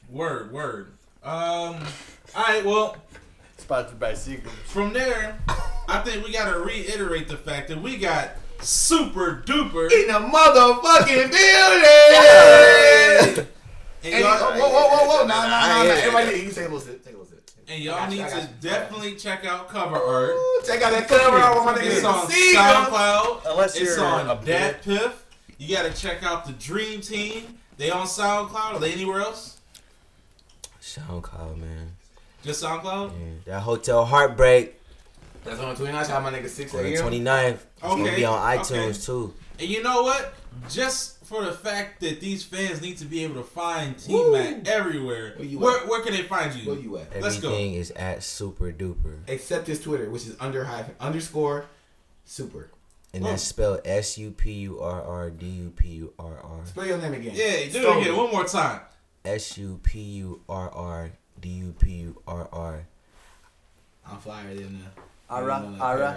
A: Word. Word. Um. All right. Well,
D: Sponsored by Seagram.
A: from there, I think we gotta reiterate the fact that we got super duper.
H: In the motherfucking building.
A: And
H: And you-
A: y'all,
H: whoa, whoa, whoa, whoa! Nah, nah, nah, nah. Everybody, you take a little sip. Take a little sip.
A: and y'all
H: I got you,
A: need
H: I got
A: to
H: you.
A: definitely check out cover art.
H: Ooh, Check out that cover art with my
A: It's
H: nigga
A: on
H: Seagull.
A: SoundCloud.
D: Unless
A: it's
D: you're
A: on
D: a
A: Dat Piff. You gotta check out the Dream Team. They on SoundCloud. Are they anywhere else?
E: SoundCloud, man.
A: Just SoundCloud.
E: Yeah. That hotel heartbreak
H: That's on 29. Shout out my nigga 6
E: on the
H: a.m.
E: 29th. It's gonna
A: Okay,
E: be on
A: okay.
E: iTunes too.
A: And you know what? Just for the fact that these fans need to be able to find T Mac everywhere.
H: Where you
A: Where,
H: at?
A: where can they find you?
H: Where you at?
A: Let's go.
E: Everything is at super duper.
H: Except his Twitter, which is under hyphen underscore super.
E: And
H: Oh.
E: that's spelled S U P U R R D U P U R R.
H: Spell your name again.
A: Yeah, do
H: Stone.
A: it again one more time.
E: S U P U R R D U P U R R.
H: I'm flyer than the.
D: Ara,
H: than the- Ah,
D: ara.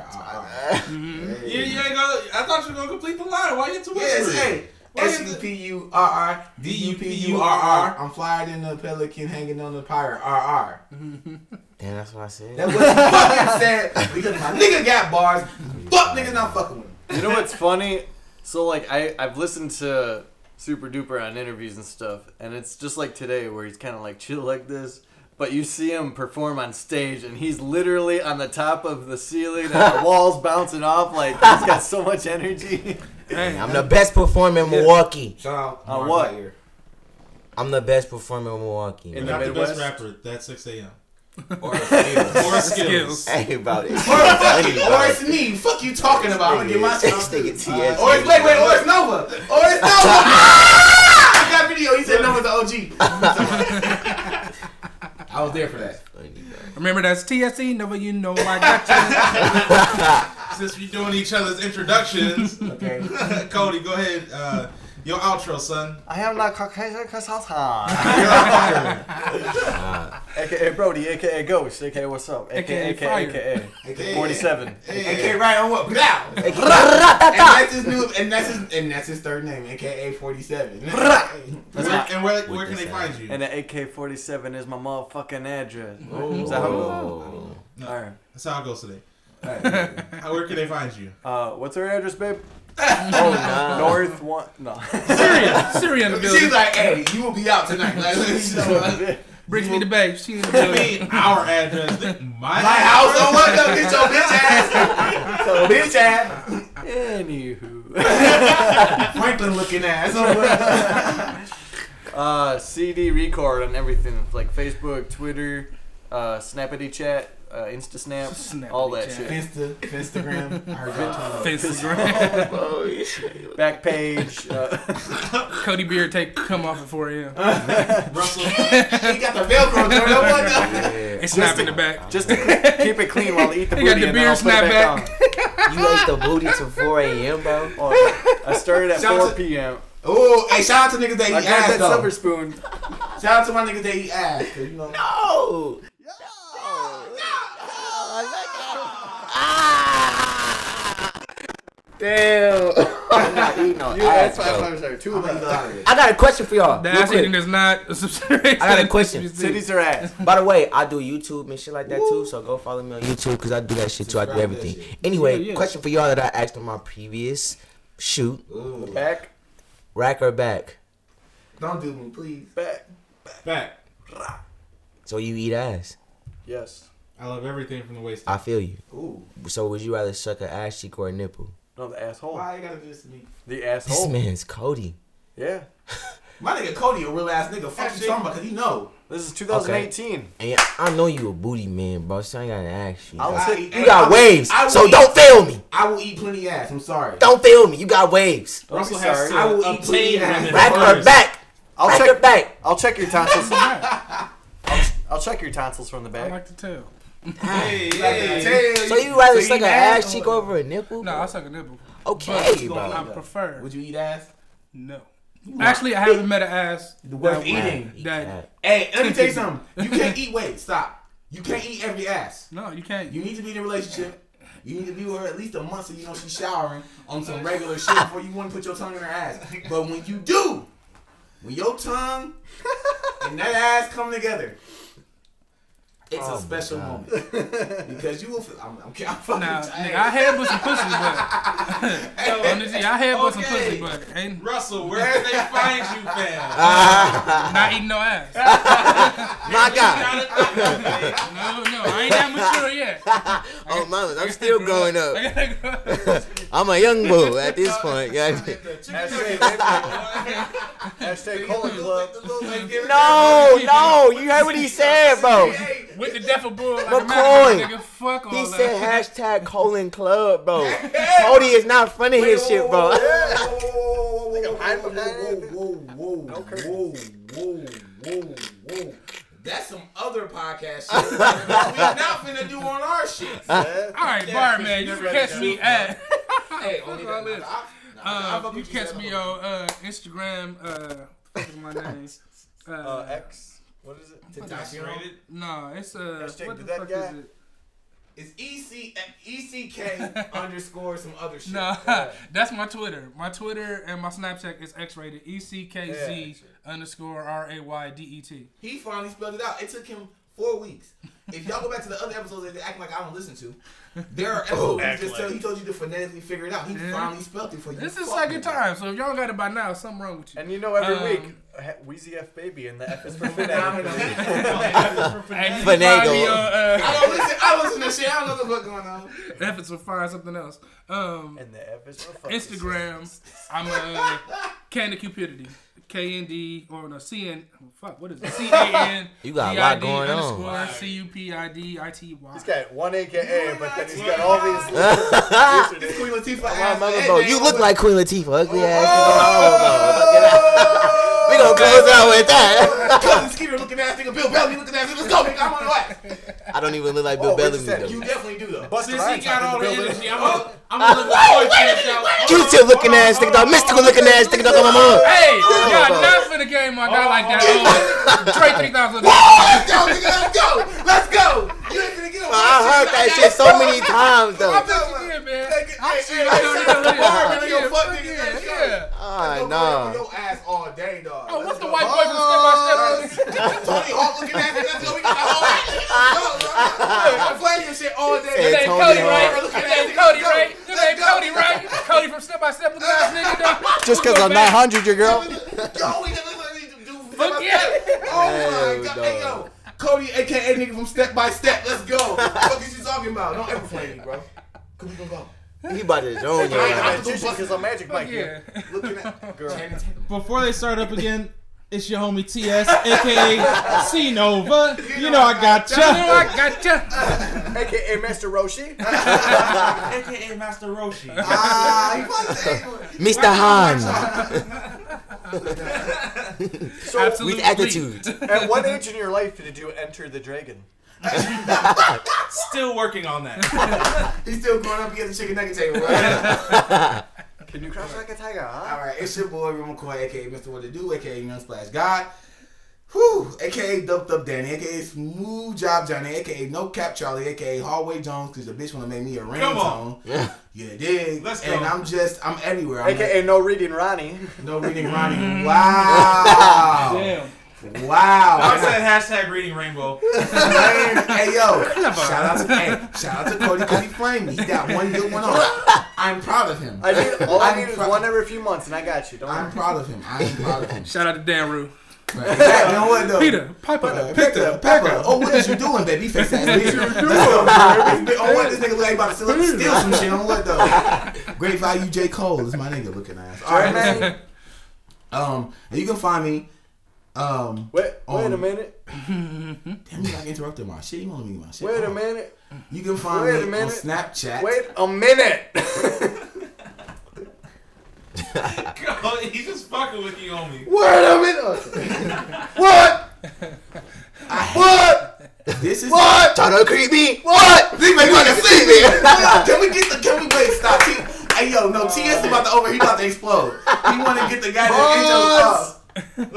A: You, you ain't gonna. I thought you were gonna complete the line. Why you too
H: Yes,
A: whispery?
H: hey.
A: Why
H: S
A: is
H: U
C: E
A: it- E
H: P U R R D U P U R R. I'm flyer than the pelican hanging on the pirate. R R.
E: Damn, that's what I said.
H: That was fucking sad because my nigga got bars. Fuck niggas not fucking with him.
D: You know what's funny? So like I I've listened to Super Duper on interviews and stuff, and it's just like today where he's kind of like chill like this. But you see him perform on stage, and he's literally on the top of the ceiling, and the walls bouncing off. Like he's got so much energy.
B: Hey,
E: I'm the best performer in Milwaukee.
H: Shout out.
D: On
H: Mark
D: what?
H: Lightyear.
E: I'm the best performer in Milwaukee.
D: In
E: man.
A: Not the
D: Midwest?
A: best rapper. That's 6 a.m.
H: Or it's
A: Or
B: skills.
A: skills.
E: Hey, about it.
H: or it's me. Fuck you talking about. I'm gonna get my shit off.
E: Stick it to yes.
H: Or it's, wait, wait, or it's Nova. Or it's Nova. Ah! I got video. He said Nova's the OG. I was there for that.
B: Remember that's TSE. Never you know I got
A: Since we doing each other's introductions,
H: Okay.
A: Cody, go ahead. Uh, Your outro, son.
D: I am not Caucasian Kasatan. AKA Brody, AKA Ghost, AKA What's Up,
B: AKA
D: AKA, AKA,
B: Fire.
D: AKA,
A: Hey.
D: 47.
C: AKA right on what? Blow. and that's his new, and that's his, and that's his third name, AKA forty seven.
A: Where- and where, where
E: With
A: can
E: this
A: they find you?
D: And the AK 47 is my motherfucking address.
C: Oh.
D: Is that how it goes?
E: Oh.
D: Alright.
A: That's how it goes today. How- Where can they find you?
D: Uh, what's her address, babe? oh, North one. No.
B: Syria, Syria in the building.
C: She's like, hey, you will be out tonight. Like, let me know.
B: Bricks need the babe. She in the
A: I
B: building.
A: mean, our address. th-
C: My
A: My,
C: house on what though? Get your bitch ass. So bitch ass.
D: Anywho.
C: Franklin looking ass. on what?
D: uh, CD record on everything like Facebook, Twitter, uh, Snappity Chat, uh, Insta
B: Snappity
D: all that
B: Chat.
D: shit.
C: Insta, Instagram. I heard that too.
B: Instagram.
D: Back page. Uh,
B: Cody Beard take come off at 4 a.m.
A: Russell.
C: He got the Velcro. Joe. No what though?
E: Yeah.
B: It's snapping the back.
D: just to keep it clean while I eat the
B: They got
D: booty
B: the
D: and then
B: beer
D: I'll put it back,
E: You ate the booty till 4 a.m., bro.
D: on. Oh, I started at
C: Shout out to-
D: 4 p.m.
C: Oh, hey, shout out to niggas that
D: I
C: eat
D: got
C: ass
D: that
C: though.
D: silver spoon.
C: Shout out to my niggas that eat ass. 'cause, You know,
E: Oh! Damn. I'm not eating no
D: You asked
E: ass, bro.
D: five times sorry. Two
C: I'm
D: left.
C: not
E: I got a question for y'all.
B: The
E: real
B: ass
E: quick.
B: eating is not a subscription.
E: I got a question.
D: Titties or ass?
E: By the way, I do YouTube and shit like that too, so go follow me on YouTube because I do that shit too. I do everything. Anyway,
B: Yeah, yeah.
E: question for y'all that I asked on my previous shoot
D: Back.
E: rack or back?
C: Don't do me, please.
D: Back.
A: Back.
E: So you eat ass.
D: Yes.
A: I love everything from the waist
E: I feel you.
C: Ooh.
E: So would you rather suck an ass cheek or a nipple?
D: No, the asshole.
C: Why you gotta do this to me?
D: The
E: This
D: asshole.
E: man's Cody.
D: Yeah.
C: My nigga Cody, a real ass nigga. Fuck you talking about, cause you know.
D: This is 2018.
E: And I know you a booty man, bro, so I ain't gotta ask you.
D: I'll
E: bro.
D: say-
C: eat-
E: you got
C: I will-
E: waves,
C: I will
E: so
C: eat-
E: don't fail me.
C: I will eat plenty ass. I'm sorry.
E: Don't fail me. You got waves.
D: Don't be
A: Russell has
D: sorry. Uh,
A: to
C: I will eat
A: obtain
C: clean ass.
A: women
E: Rack or
A: first.
E: back?
D: I'll
E: rack
D: check-
E: or back.
D: I'll check your tonsils. I'll, I'll check your tonsils from the
B: I
D: back.
B: like to tell.
A: Hey,
C: Tell
A: hey.
C: you-
E: So you rather suck an
C: ass
E: ass cheek over a nipple?
B: No, I suck a nipple.
E: Okay,
B: But
E: bro.
B: I prefer.
C: Would you eat ass?
B: No. Actually, I haven't met an ass
C: Worth
B: that
C: eating.
B: that-
E: That.
C: Hey, let me tell you something. You can't eat weight. Stop. You can't eat every ass.
B: No, you can't.
C: You need to be in a relationship. You need to be with her at least a month so you know she's showering on some regular shit before you want to put your tongue in her ass. But when you do, when your tongue and that ass come together, it's a special moment because you will feel. I'm, I'm, I'm fucking.
B: Nah,
C: tired.
B: nigga, I had but some pussy, but honestly, I had but some
A: Okay.
B: pussy, but ain't
A: Russell, where can they find you, fam?
B: not eating no ass.
E: My God.
B: No, no, I ain't that mature yet.
E: Oh, mama, I'm still growing up.
B: I gotta grow up.
E: I'm a young bull at this point. Yeah.
D: Hashtag colon club.
E: No, no, you heard what he said, bro.
B: With the deaf of bull, like a
E: McCoy.
B: mountain, nigga, fuck all
E: He
B: that.
E: said hashtag colon club, bro. Cody is not funny his shit, bro.
C: That's some other podcast shit. we not finna do on our shit.
B: all right,
A: Yeah,
B: barman, you
A: Chris never had a
B: can catch me
A: job.
B: at.
C: Hey, only
B: all
C: that.
B: this.
C: I- I- I
B: Uh,
H: Um,
C: fuck
B: you
C: with
B: catch
C: Zach.
B: me on uh, Instagram. Uh, what is my name? Uh,
D: Uh, X. What is it?
B: no, it's uh,
D: Hashtag
B: what
D: the
B: the
D: that
B: fuck
D: guy.
B: is it?
C: It's
H: E
C: EC, ECK underscore some other shit.
B: No, that's my Twitter. My Twitter and my Snapchat is X rated. E C K
D: Yeah,
B: Z
D: X-rated.
B: underscore R A Y D E T.
C: He finally spelled it out. It took him four weeks. If y'all go back to the other episodes that they act like I don't listen to, there are episodes
B: Oh,
C: where he just tell, he told you to phonetically figure it out. He finally spelled it for you.
B: Mm-hmm. This is
C: Fuck
B: second
C: nigga.
B: time, so if y'all got it by now, something wrong with you.
D: And you know, every
B: Um,
D: week, ha- Wheezy F Baby and the F is for
C: Phenomenal.
D: fanatic.
B: Hey, you can
E: Finagle.
B: find me on,
C: I
B: uh,
C: don't listen. I don't listen to shit. I don't know what the fuck going on.
B: efforts to find something else. Um,
D: and the F is for fucking
B: Instagram, I'm uh, Candy Cupidity. K N D or no C N oh, fuck what is it C A N
E: You got a lot
B: D I D
E: going on.
B: underscore C U P I D I T Y.
D: He's got one AKA, but then he's got all these.
C: This Queen Latifah.
E: My
C: ass
E: mother,
C: and
E: bro,
C: they
E: you look
C: over-
E: like Queen Latifah, ugly ass. nigga. Oh, bro, fuck it up. We gonna close out with that.
H: Cousin Skeeter looking ass nigga, Bill Bellamy looking ass nigga. Let's go, nigga. I'm on your ass.
E: I don't even look like Bill
D: Oh, wait a
E: Bellamy
D: second.
E: though.
H: You definitely do though.
D: Buster
C: Since he
D: Rhymes
C: got
D: out
C: all
D: in
C: the energy,
D: building.
C: I'm gonna I'm gonna let Koi finish out. Hold on,
E: Q-tip looking
C: hold on,
E: ass
C: hold
E: nigga dog,
C: on,
E: mystical
C: hold on.
E: looking ass nigga dog, I'm on.
B: Hey, y'all
E: bro.
B: not finna game my guy like that. Oh, Dre 3000.
H: Let's go, nigga. Let's go. Let's go. You ain't gonna get on
E: I heard that shit so many times though.
B: What you did, man?
H: I'm
B: Yeah, yeah, yeah, yeah, fuck yeah, yeah.
E: Ah,
H: Nah.
E: no.
H: Your ass all day, dog.
B: Oh, what's the white boy from Step by Step?
H: Tony Hawk looking ass nigga. Let's go. We got the whole. Yo, yo, yo, I'm playing your shit all day.
E: Said
B: That ain't
E: Tony
B: Cody,
E: Hawk.
B: right? That ain't Cody, right? That ain't Cody, right? Cody from Step by Step, look at this nigga. dog.
D: Just because
B: Who's
D: I'm
B: your man?
D: 900, your girl.
H: Yo, we just look like these dudes.
B: Fuck yeah.
H: Oh my god.
E: Hell
H: Hey,
E: no.
H: yo. Cody, aka nigga from Step by Step. Let's go. What the fuck is you talking about? Don't ever play me, bro. Cause we gonna go.
E: He about to zone your
H: I-
E: ass.
H: I'm just
D: Because I'm Magic Mike
B: Yeah.
D: here.
H: Looking at girl.
C: Before they start up again, it's your homie TS, aka C Nova. You know I
B: You know, I
C: gotcha.
B: gotcha.
D: AKA Master Roshi.
C: AKA Master Roshi.
H: Ah, he probably said it.
E: Mr. Han
D: So,
E: with attitude.
D: at what age in your life did you enter the dragon?
C: Still working on that.
H: He's still going up against the chicken nugget table, right?
D: Can you crouch like a tiger, huh?
H: All right, it's your boy, Rim McCoy, aka Mr. What to Do, aka Young Splash God. Whew, aka Doped Up Danny, aka Smooth Job Johnny, aka No Cap Charlie, aka Hallway Jones, because the bitch want to make me a
C: on.
H: ringtone. You dig?
C: Let's
H: and
C: go.
H: I'm just, I'm everywhere. I'm
D: AKA No Reading Ronnie.
H: like, no reading Ronnie. Wow.
B: Damn.
C: I
H: wow.
C: said hashtag reading rainbow.
H: hey, yo. Shout out, to, hey, shout out to Cody because he flamed me. He got one good one on. I'm proud of him.
D: I need, all I
H: I'm
D: need is
H: pro-
D: one every few months, and I got you. Don't
H: I'm
D: worry.
H: proud of him. I am proud of him.
B: Shout out to Dan Rue.
H: Right. Yeah, you know what though?
B: Peter, pipe
H: Uh,
B: up.
H: Peter, Pepper. Oh, what is you doing, baby? Face ass bitch. Oh, what this nigga leg about to steal, steal some shit. On what though? Great value, J Cole is my nigga looking ass. All right, man. Um, and you can find me. Um,
D: Wait, wait a
H: Um,
D: minute.
H: damn, you got interrupted my shit. You want me my shit?
D: Wait a
H: Hold on.
D: minute.
H: You can find
D: Wait a
H: me on
D: minute.
H: Snapchat.
D: Wait a minute.
C: He's just fucking with you, homie.
D: Wait a minute. What? What?
H: This is
D: What?
E: Trying to creep me.
D: What?
H: Leave me fucking sleep, nigga. Can we get the? Can we wait? Stop. T- hey yo, no. TS about to over. He about to explode. He want to get the guy that
C: Look,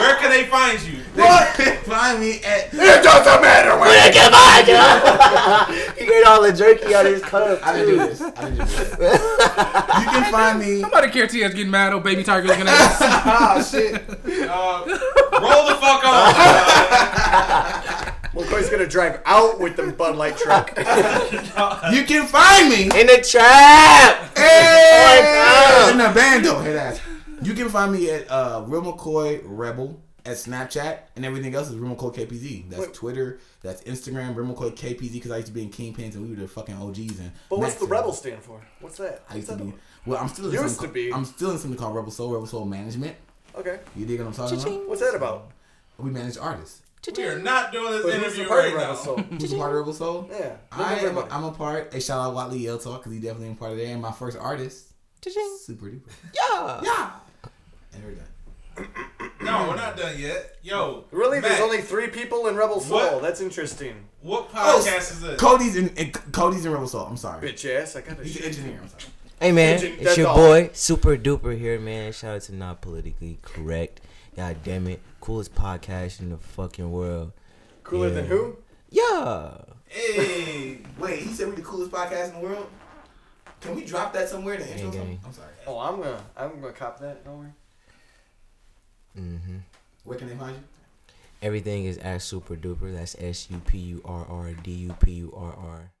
C: where can they find you?
H: What? Find me at.
D: It doesn't matter
E: Where they get my job? He ate all the jerky out of his cup.
H: I didn't do this. I didn't do this. You can find me.
B: Nobody care TS getting mad. Oh, baby tiger looking at us.
H: Ah shit.
C: Uh, roll the fuck on.
D: McCoy's gonna drive out with the Bud Light truck.
H: You can find me.
E: In the trap.
H: Hey,
E: God.
H: in the bando, head ass. You can find me at uh, Real McCoy Rebel at Snapchat and everything else is Real McCoy KPZ. That's Twitter. That's Instagram. Real McCoy KPZ because I used to be in Kingpins and we were the fucking OGs and.
D: But what's the
H: Maxim.
D: rebel stand for? What's that?
H: I used to
D: What's
H: be. Well, I'm still in
D: Used
H: something
D: to
H: ca-
D: be.
H: I'm still in something called Rebel Soul, Rebel Soul Management.
D: that- Okay.
H: You dig what I'm talking about?
D: What's that about?
H: We manage artists.
C: We are not doing this
D: But who's the
C: interview
D: part
C: right
D: of rebel
C: now.
D: soul?
H: Who's a part of Rebel Soul?
D: Yeah.
H: I
D: remember
H: am a,
D: everybody.
H: I'm a part. A shout out Watley Yale Talk because he definitely a part of that. And my first artist, super duper.
E: Yeah.
H: Yeah. And we're done.
C: No, we're not done yet. Yo,
D: Really,
C: Matt,
D: there's only three people in Rebel Soul.
C: What?
D: That's interesting.
H: Oh,
C: what podcast is this?
H: Cody's in, in Cody's in Rebel Soul. I'm sorry.
D: Bitch ass, I got a
H: He's an
D: shit.
H: engineer. I'm sorry.
E: Hey man,
D: Pigeon,
E: it's
D: that's
E: your
D: all.
E: boy Super Duper here, man. Shout out to Not Politically Correct. God damn it, coolest podcast in the fucking world.
D: Cooler
E: Yeah.
D: than who?
E: Yeah.
C: Hey,
H: Wait, he said we the coolest podcast in the world. Can we drop that somewhere in the intro? or something?
E: gang.
H: I'm sorry.
D: Oh, I'm gonna, I'm gonna cop that. Don't worry.
E: Mm-hmm.
H: Where can they find you?
E: Everything is at Super Duper. That's S U P U R R D U P U R R.